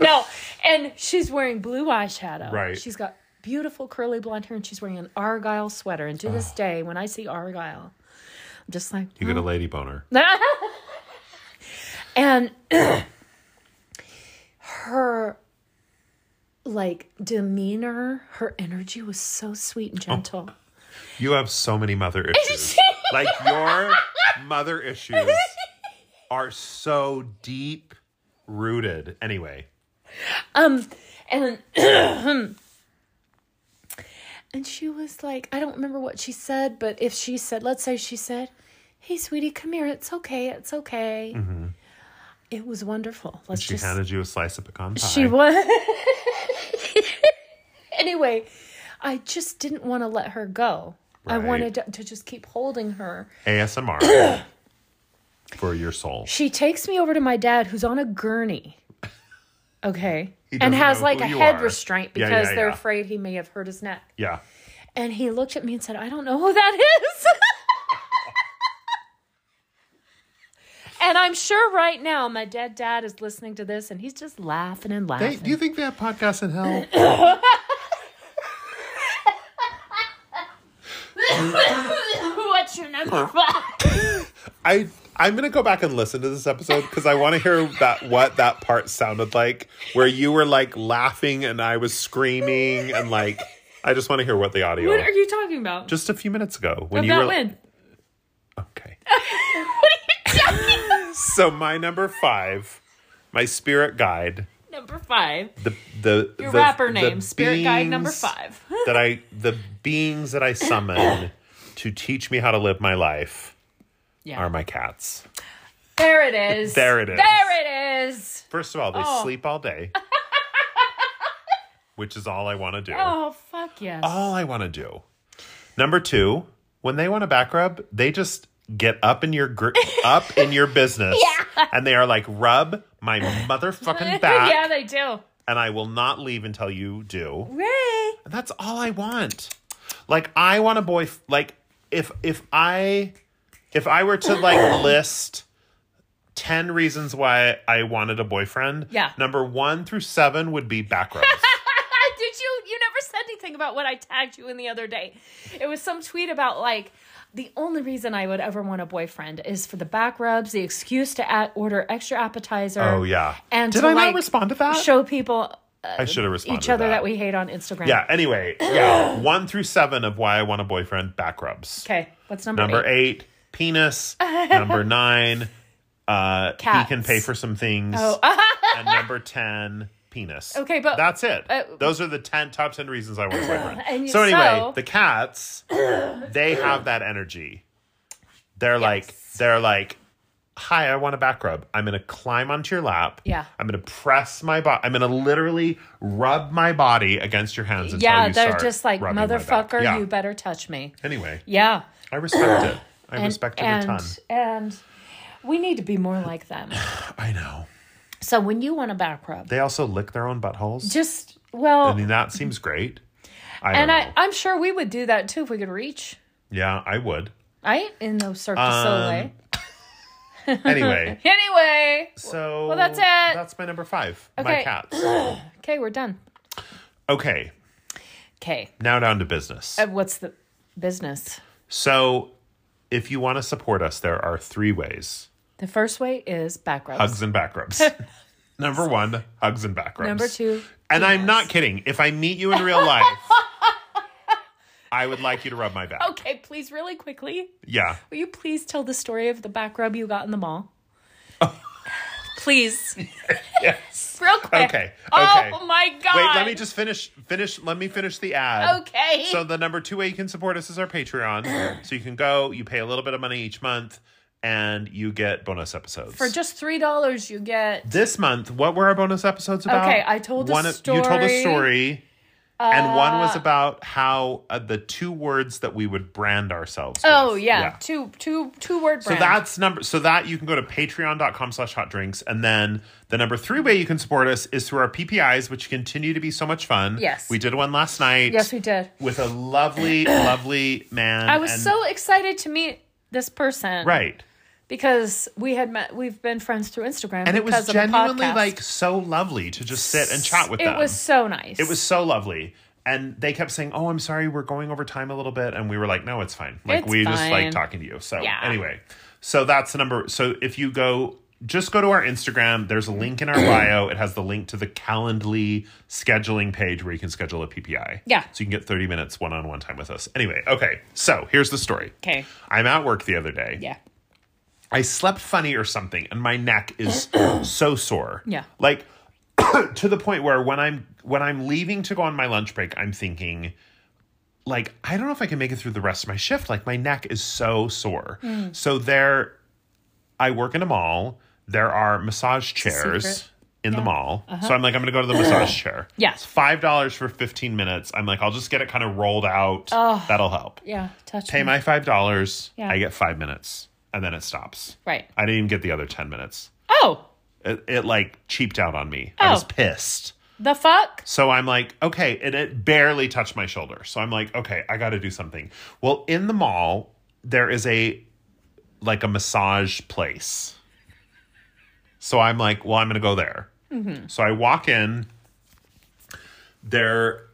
Speaker 3: no, and she's wearing blue eyeshadow.
Speaker 1: Right.
Speaker 3: She's got beautiful curly blonde hair and she's wearing an Argyle sweater. And to this day, when I see Argyle, I'm just like,
Speaker 1: You get a lady boner.
Speaker 3: and her like demeanor, her energy was so sweet
Speaker 1: Oh.
Speaker 3: and gentle.
Speaker 1: You have so many mother issues. like your mother issues are so deep rooted. Anyway,
Speaker 3: Um, and and she was like, I don't remember what she said, but if she said, let's say she said, "Hey, sweetie, come here. It's okay. It's okay." It was wonderful. Let's
Speaker 1: Mm-hmm. she
Speaker 3: just
Speaker 1: handed you a slice of pecan pie.
Speaker 3: she was. anyway, I just didn't want to let her go. I
Speaker 1: Right.
Speaker 3: wanted to, to just keep holding her.
Speaker 1: ASMR for your soul.
Speaker 3: She takes me over to my dad, who's on a gurney. Okay.
Speaker 1: He doesn't
Speaker 3: And has
Speaker 1: know
Speaker 3: like
Speaker 1: who
Speaker 3: a
Speaker 1: you
Speaker 3: head
Speaker 1: are.
Speaker 3: restraint
Speaker 1: Yeah,
Speaker 3: because
Speaker 1: yeah,
Speaker 3: they're
Speaker 1: yeah.
Speaker 3: afraid he may have hurt his neck.
Speaker 1: Yeah.
Speaker 3: And he looked at me and said, I don't know who that is. and I'm sure right now my dead dad is listening to this and he's just laughing and laughing.
Speaker 1: Hey, do you think they have podcasts in hell?
Speaker 6: What's your number five?
Speaker 1: I I'm gonna go back and listen to this episode because I want to hear that what that part sounded like where you were like laughing and I was screaming and like I just want to hear what the audio.
Speaker 6: What are you talking about?
Speaker 1: just a few minutes ago when you
Speaker 6: about
Speaker 1: were
Speaker 6: when?
Speaker 1: okay. so my number five, my spirit guide,
Speaker 6: Number five.
Speaker 1: the the
Speaker 6: Your
Speaker 1: the-
Speaker 6: rapper
Speaker 1: the
Speaker 6: name, Spirit Guide number
Speaker 1: beings
Speaker 6: five.
Speaker 1: that I the beings that I summon to teach me how to live my life
Speaker 6: Yeah.
Speaker 1: are my cats.
Speaker 6: There it is.
Speaker 1: There it is.
Speaker 6: There it is.
Speaker 1: First of all, they
Speaker 6: Oh.
Speaker 1: sleep all day, which is all I want to do.
Speaker 6: Oh fuck yes.
Speaker 1: All I want to do. Number two, when they want a back rub, they just get up in your gr- up in your business, and they are like, "Rub my motherfucking back,
Speaker 6: yeah, they do.
Speaker 1: and I will not leave until you do."
Speaker 6: Ray.
Speaker 1: And that's all I want. Like I want a boy like if if I if I were to like list 10 reasons why I wanted a boyfriend,
Speaker 6: Yeah.
Speaker 1: number 1 through 7 would be back rubs.
Speaker 6: Did you? You never said anything about what I tagged you in the other day. It was some tweet about like the only reason I would ever want a boyfriend is for the back rubs, the excuse to at, order extra appetizer.
Speaker 1: oh yeah.
Speaker 6: And
Speaker 1: did
Speaker 6: to,
Speaker 1: I not
Speaker 6: like,
Speaker 1: respond to that?
Speaker 6: Show people
Speaker 1: I should have responded
Speaker 3: Uh, each
Speaker 1: to
Speaker 3: other that. we hate on Instagram.
Speaker 1: Yeah, anyway, yeah, 1 through 7 of why I want a boyfriend, back rubs.
Speaker 6: Okay, what's number,
Speaker 1: Number eight. penis. number nine, uh,
Speaker 6: Cats. Oh.
Speaker 1: he can pay for some things. and number ten, penis.
Speaker 6: Okay, but-
Speaker 1: that's it.
Speaker 6: uh,
Speaker 1: Those are the ten top ten reasons I want a boyfriend.
Speaker 6: And
Speaker 1: so anyway,
Speaker 6: so-
Speaker 1: the cats, they have that energy. They're like, they're like, hi, I want a back rub. I'm gonna climb onto your lap.
Speaker 6: Yeah.
Speaker 1: I'm gonna press my body. I'm gonna literally rub my body against your hands. Until
Speaker 3: Yeah,
Speaker 1: you
Speaker 3: they're
Speaker 1: start
Speaker 3: just like,
Speaker 1: rubbing my back."
Speaker 3: motherfucker,
Speaker 1: Yeah.
Speaker 3: you better touch me.
Speaker 1: Anyway,
Speaker 3: Yeah.
Speaker 1: I respect it. I
Speaker 3: And,
Speaker 1: respect it
Speaker 3: and,
Speaker 1: a ton.
Speaker 3: and we need to be more like them.
Speaker 1: I know.
Speaker 3: So when you want a back rub,
Speaker 1: They also lick their own buttholes.
Speaker 3: just
Speaker 1: I
Speaker 3: well,
Speaker 1: mean, that seems great. I don't
Speaker 3: and
Speaker 1: know.
Speaker 3: I, I'm sure we would do that too if we could reach,
Speaker 1: yeah, I would.
Speaker 3: right? In those Cirque du
Speaker 1: Um,
Speaker 3: Soleil.
Speaker 1: Anyway,
Speaker 3: Anyway,
Speaker 1: so
Speaker 3: Well, that's it.
Speaker 1: That's my number five. My
Speaker 3: Okay.
Speaker 1: cats.
Speaker 3: okay, we're done.
Speaker 1: Okay,
Speaker 3: Okay,
Speaker 1: now down to business.
Speaker 3: Uh, what's the business?
Speaker 1: So, if you want to support us, there are three ways:
Speaker 3: The first way is back rubs.
Speaker 1: hugs and back rubs. Number one, hugs and back rubs.
Speaker 3: Number two,
Speaker 1: and I'm not kidding. If I meet you in real life, I would like you to rub my back.
Speaker 3: Okay, please, really quickly,
Speaker 1: Yeah.
Speaker 3: will you please tell the story of the back rub you got in the mall? please,
Speaker 1: Yes.
Speaker 3: real quick.
Speaker 1: Okay,
Speaker 3: Oh
Speaker 1: okay.
Speaker 3: my god.
Speaker 1: Wait, let me just finish. Finish. Let me finish the ad.
Speaker 3: Okay.
Speaker 1: So the number two way you can support us is our Patreon. so you can go. You pay a little bit of money each month, and you get bonus episodes.
Speaker 3: For just three dollars, you get
Speaker 1: this month, what were our bonus episodes about?
Speaker 3: Okay, I told a
Speaker 1: one of- You told a
Speaker 3: story. Uh,
Speaker 1: story. and one was about how uh, the two words that we would brand ourselves.
Speaker 3: oh
Speaker 1: with.
Speaker 3: yeah, two two two word
Speaker 1: So
Speaker 3: brand.
Speaker 1: that's number so that you can go to patreon.com slash hot drinks. And then the number three way you can support us is through our PPIs, which continue to be so much fun.
Speaker 3: Yes.
Speaker 1: We did one last night.
Speaker 3: yes, we did.
Speaker 1: With a lovely, lovely man.
Speaker 3: I was
Speaker 1: and-
Speaker 3: so excited to meet this person,
Speaker 1: Right.
Speaker 3: Because we had met, we've been friends through Instagram,
Speaker 1: And it was
Speaker 3: because of the
Speaker 1: genuinely
Speaker 3: podcast.
Speaker 1: like so lovely to just sit and chat with
Speaker 3: it
Speaker 1: them.
Speaker 3: was so nice.
Speaker 1: it was so lovely. And they kept saying, Oh, I'm sorry, we're going over time a little bit. And we were like, No, it's fine. Like,
Speaker 3: It's
Speaker 1: we just like
Speaker 3: fine.
Speaker 1: talking to you. So,
Speaker 3: Yeah.
Speaker 1: anyway, so that's the number. So, if you go, just go to our Instagram. There's a link in our bio. It has the link to the Calendly scheduling page where you can schedule a PPI.
Speaker 3: Yeah.
Speaker 1: So, you can get 30 minutes one on one time with us. Anyway, okay. So, here's the story.
Speaker 3: 'Kay.
Speaker 1: I'm at work the other day.
Speaker 3: yeah.
Speaker 1: I slept funny or something, and my neck is so sore.
Speaker 3: Yeah.
Speaker 1: like to the point where when I'm when I'm leaving to go on my lunch break, I'm thinking, like, I don't know if I can make it through the rest of my shift. Like, my neck is so sore.
Speaker 3: Hmm.
Speaker 1: So there, I work in a mall. There are massage chairs
Speaker 3: secret. Uh-huh.
Speaker 1: in the mall. So I'm like, I'm gonna go to the massage chair.
Speaker 3: Yeah.
Speaker 1: it's five dollars for fifteen minutes. I'm like, I'll just get it kind of rolled out. That'll help.
Speaker 3: Yeah, touch
Speaker 1: Pay
Speaker 3: me.
Speaker 1: my five dollars.
Speaker 3: Yeah.
Speaker 1: I get five minutes, and then it stops.
Speaker 3: right.
Speaker 1: I didn't even get the other 10 minutes.
Speaker 3: Oh,
Speaker 1: It, it like cheaped out on me. I was
Speaker 3: Oh.
Speaker 1: pissed.
Speaker 3: the fuck!
Speaker 1: So I'm like, okay, and it barely touched my shoulder. So I'm like, okay, I got to do something. Well, in the mall, there is a like a massage place. So I'm like, well, I'm going to go there.
Speaker 3: Mm-hmm.
Speaker 1: So I walk in. There,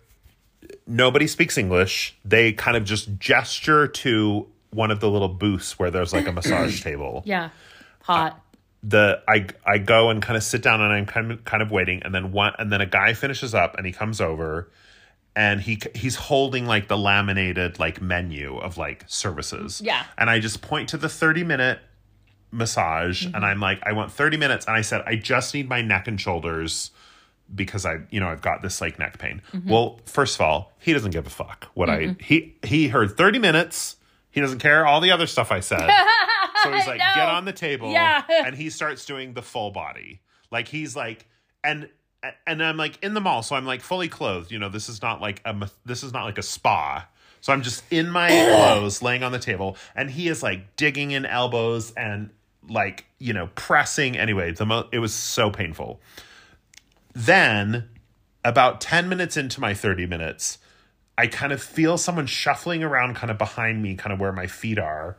Speaker 1: nobody speaks English. They kind of just gesture to one of the little booths where there's like a massage table
Speaker 3: Yeah, hot.
Speaker 1: Uh, the I I go and kind of sit down and I'm kind of kind of waiting and then one and then a guy finishes up and he comes over and he he's holding like the laminated like menu of like services.
Speaker 3: Yeah.
Speaker 1: And I just point to the 30 minute massage and I'm like I want 30 minutes and I said I just need my neck and shoulders because I you know I've got this like neck pain. Well, first of all, he doesn't give a fuck what I he he heard 30 minutes. He doesn't care all the other stuff I said. so he's like get on the table
Speaker 3: Yeah.
Speaker 1: and he starts doing the full body. Like he's like and and I'm like in the mall so I'm like fully clothed, you know, this is not like a ma- this is not like a spa. So I'm just in my clothes laying on the table and he is like digging in elbows and like, you know, pressing anyway. The mo- it was so painful. Then about 10 minutes into my 30 minutes, I kind of feel someone shuffling around kind of behind me, kind of where my feet are.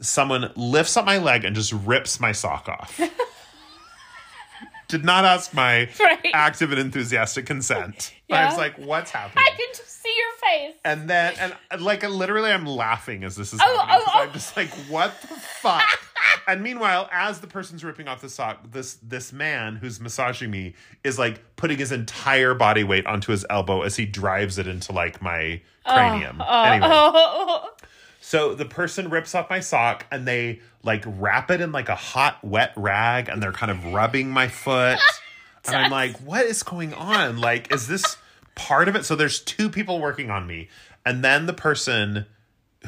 Speaker 1: Someone lifts up my leg and just rips my sock off. Did not ask my
Speaker 3: Right.
Speaker 1: active and enthusiastic consent. I was
Speaker 3: Yeah.
Speaker 1: like, what's happening?
Speaker 3: I can just see your face.
Speaker 1: And then, and uh, like, literally, I'm laughing as this is
Speaker 3: Oh,
Speaker 1: happening. 'cause
Speaker 3: oh, oh.
Speaker 1: I'm just like, what the fuck? and meanwhile, as the person's ripping off the sock, this this man who's massaging me is like putting his entire body weight onto his elbow as he drives it into like my cranium. anyway,
Speaker 3: Oh,
Speaker 1: so the person rips off my sock and they like wrap it in like a hot, wet rag and they're kind of rubbing my foot. and I'm like, what is going on? Like, is this part of it? So there's two people working on me. And then the person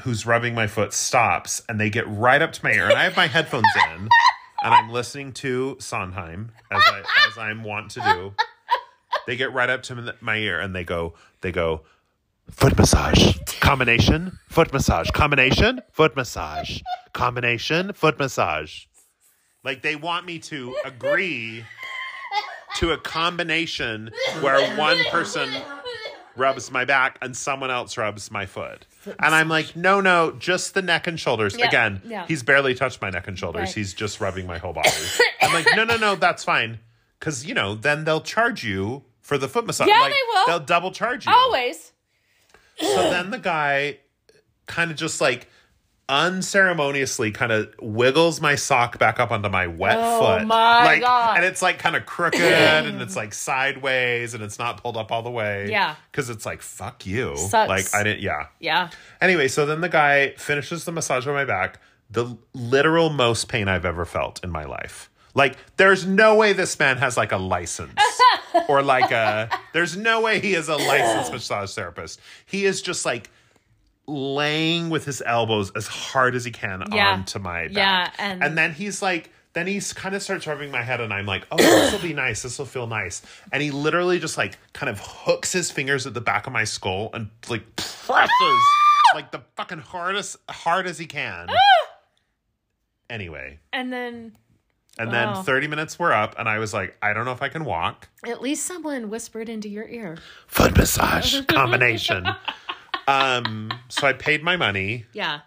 Speaker 1: who's rubbing my foot stops and they get right up to my ear. And I have my headphones in and I'm listening to Sondheim as, I, as I'm wont to do. They get right up to my ear and they go, they go, Foot massage. Combination. Foot massage. Combination. Foot massage. Combination. Foot massage. Like they want me to agree to a combination where one person rubs my back and someone else rubs my foot. And I'm like, no, no, just the neck and shoulders.
Speaker 3: Yeah,
Speaker 1: Again,
Speaker 3: yeah.
Speaker 1: he's barely touched my neck and shoulders.
Speaker 3: Right.
Speaker 1: He's just rubbing my whole body. I'm like, no, no, no, that's fine. Cause you know, then they'll charge you for the foot massage.
Speaker 3: Yeah,
Speaker 1: Like,
Speaker 3: they will. Oh,
Speaker 1: They'll double charge you.
Speaker 3: always.
Speaker 1: So then the guy kind of just like unceremoniously kind of wiggles my sock back up onto my wet
Speaker 4: Oh
Speaker 1: foot.
Speaker 4: my
Speaker 1: like,
Speaker 4: God.
Speaker 1: And it's like kind of crooked and it's like sideways and it's not pulled up all the way.
Speaker 3: Yeah.
Speaker 1: Because it's like, fuck you.
Speaker 3: Sucks.
Speaker 1: Like, I didn't, yeah.
Speaker 3: Yeah.
Speaker 1: Anyway, so then the guy finishes the massage on my back, the literal most pain I've ever felt in my life. Like, there's no way this man has like a license or like a, there's no way he is a licensed massage therapist. He is just like laying with his elbows as hard as he can
Speaker 3: Yeah.
Speaker 1: onto my back.
Speaker 3: Yeah, and-
Speaker 1: then he's like, then he's kind of starts rubbing my head, and I'm like, oh, this will be nice. This will feel nice. And he literally just like kind of hooks his fingers at the back of my skull and like presses like the fucking hardest, hard as he can. anyway,
Speaker 3: And then
Speaker 1: and
Speaker 3: Wow.
Speaker 1: then 30 minutes were up, and I was like, I don't know if I can walk.
Speaker 3: at least someone whispered into your ear.
Speaker 1: Foot massage combination. um, so I paid my money,
Speaker 3: Yeah.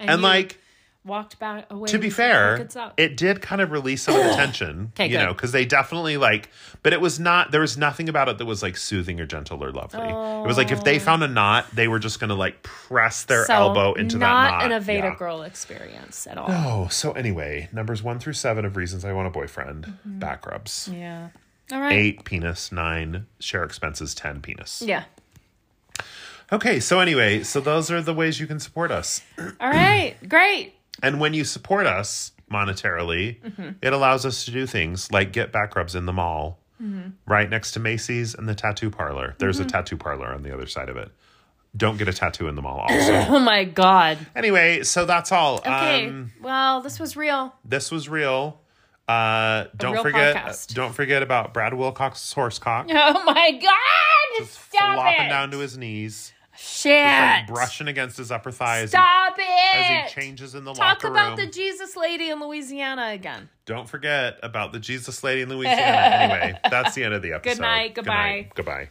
Speaker 1: and
Speaker 3: you
Speaker 1: like.
Speaker 3: walked back away.
Speaker 1: to be
Speaker 3: with your
Speaker 1: fair,
Speaker 3: pockets up.
Speaker 1: it did kind of release some of the tension,
Speaker 3: Okay,
Speaker 1: you
Speaker 3: good.
Speaker 1: know, because they definitely like, but it was not, there was nothing about it that was like soothing or gentle or lovely. It was like if they found a knot, they were just going to like press their
Speaker 3: Oh. So,
Speaker 1: elbow into
Speaker 3: not
Speaker 1: that knot.
Speaker 3: an Aveda
Speaker 1: Yeah.
Speaker 3: girl experience at all.
Speaker 1: Oh, so anyway, numbers one through seven of reasons I want a boyfriend back rubs.
Speaker 3: Mm-hmm. Yeah. All right.
Speaker 1: Eight, penis. Nine, share expenses. Ten, penis.
Speaker 3: Yeah.
Speaker 1: Okay, so anyway, so those are the ways you can support us.
Speaker 3: All right. Great.
Speaker 1: And when you support us monetarily,
Speaker 3: Mm-hmm.
Speaker 1: it allows us to do things like get back rubs in the mall,
Speaker 3: Mm-hmm.
Speaker 1: right next to Macy's and the tattoo parlor. There's a tattoo parlor on the other side of it. Don't get a tattoo in the mall, also.
Speaker 3: Oh my God.
Speaker 1: anyway, so that's all.
Speaker 3: Okay.
Speaker 1: Um,
Speaker 3: well, this was real.
Speaker 1: this was real. Uh, don't
Speaker 3: real
Speaker 1: forget,
Speaker 3: podcast.
Speaker 1: don't forget about Brad Wilcox's horse cock
Speaker 3: Oh my God. Stop
Speaker 1: flopping
Speaker 3: it.
Speaker 1: down to his knees,
Speaker 3: Shit.
Speaker 1: like brushing against his upper thigh as he,
Speaker 3: Stop it.
Speaker 1: as he changes in the
Speaker 3: Talk
Speaker 1: locker
Speaker 3: about
Speaker 1: room.
Speaker 3: the Jesus lady in Louisiana again.
Speaker 1: Don't forget about the Jesus lady in Louisiana. anyway, that's the end of the episode.
Speaker 3: night. Goodbye.
Speaker 1: Goodbye.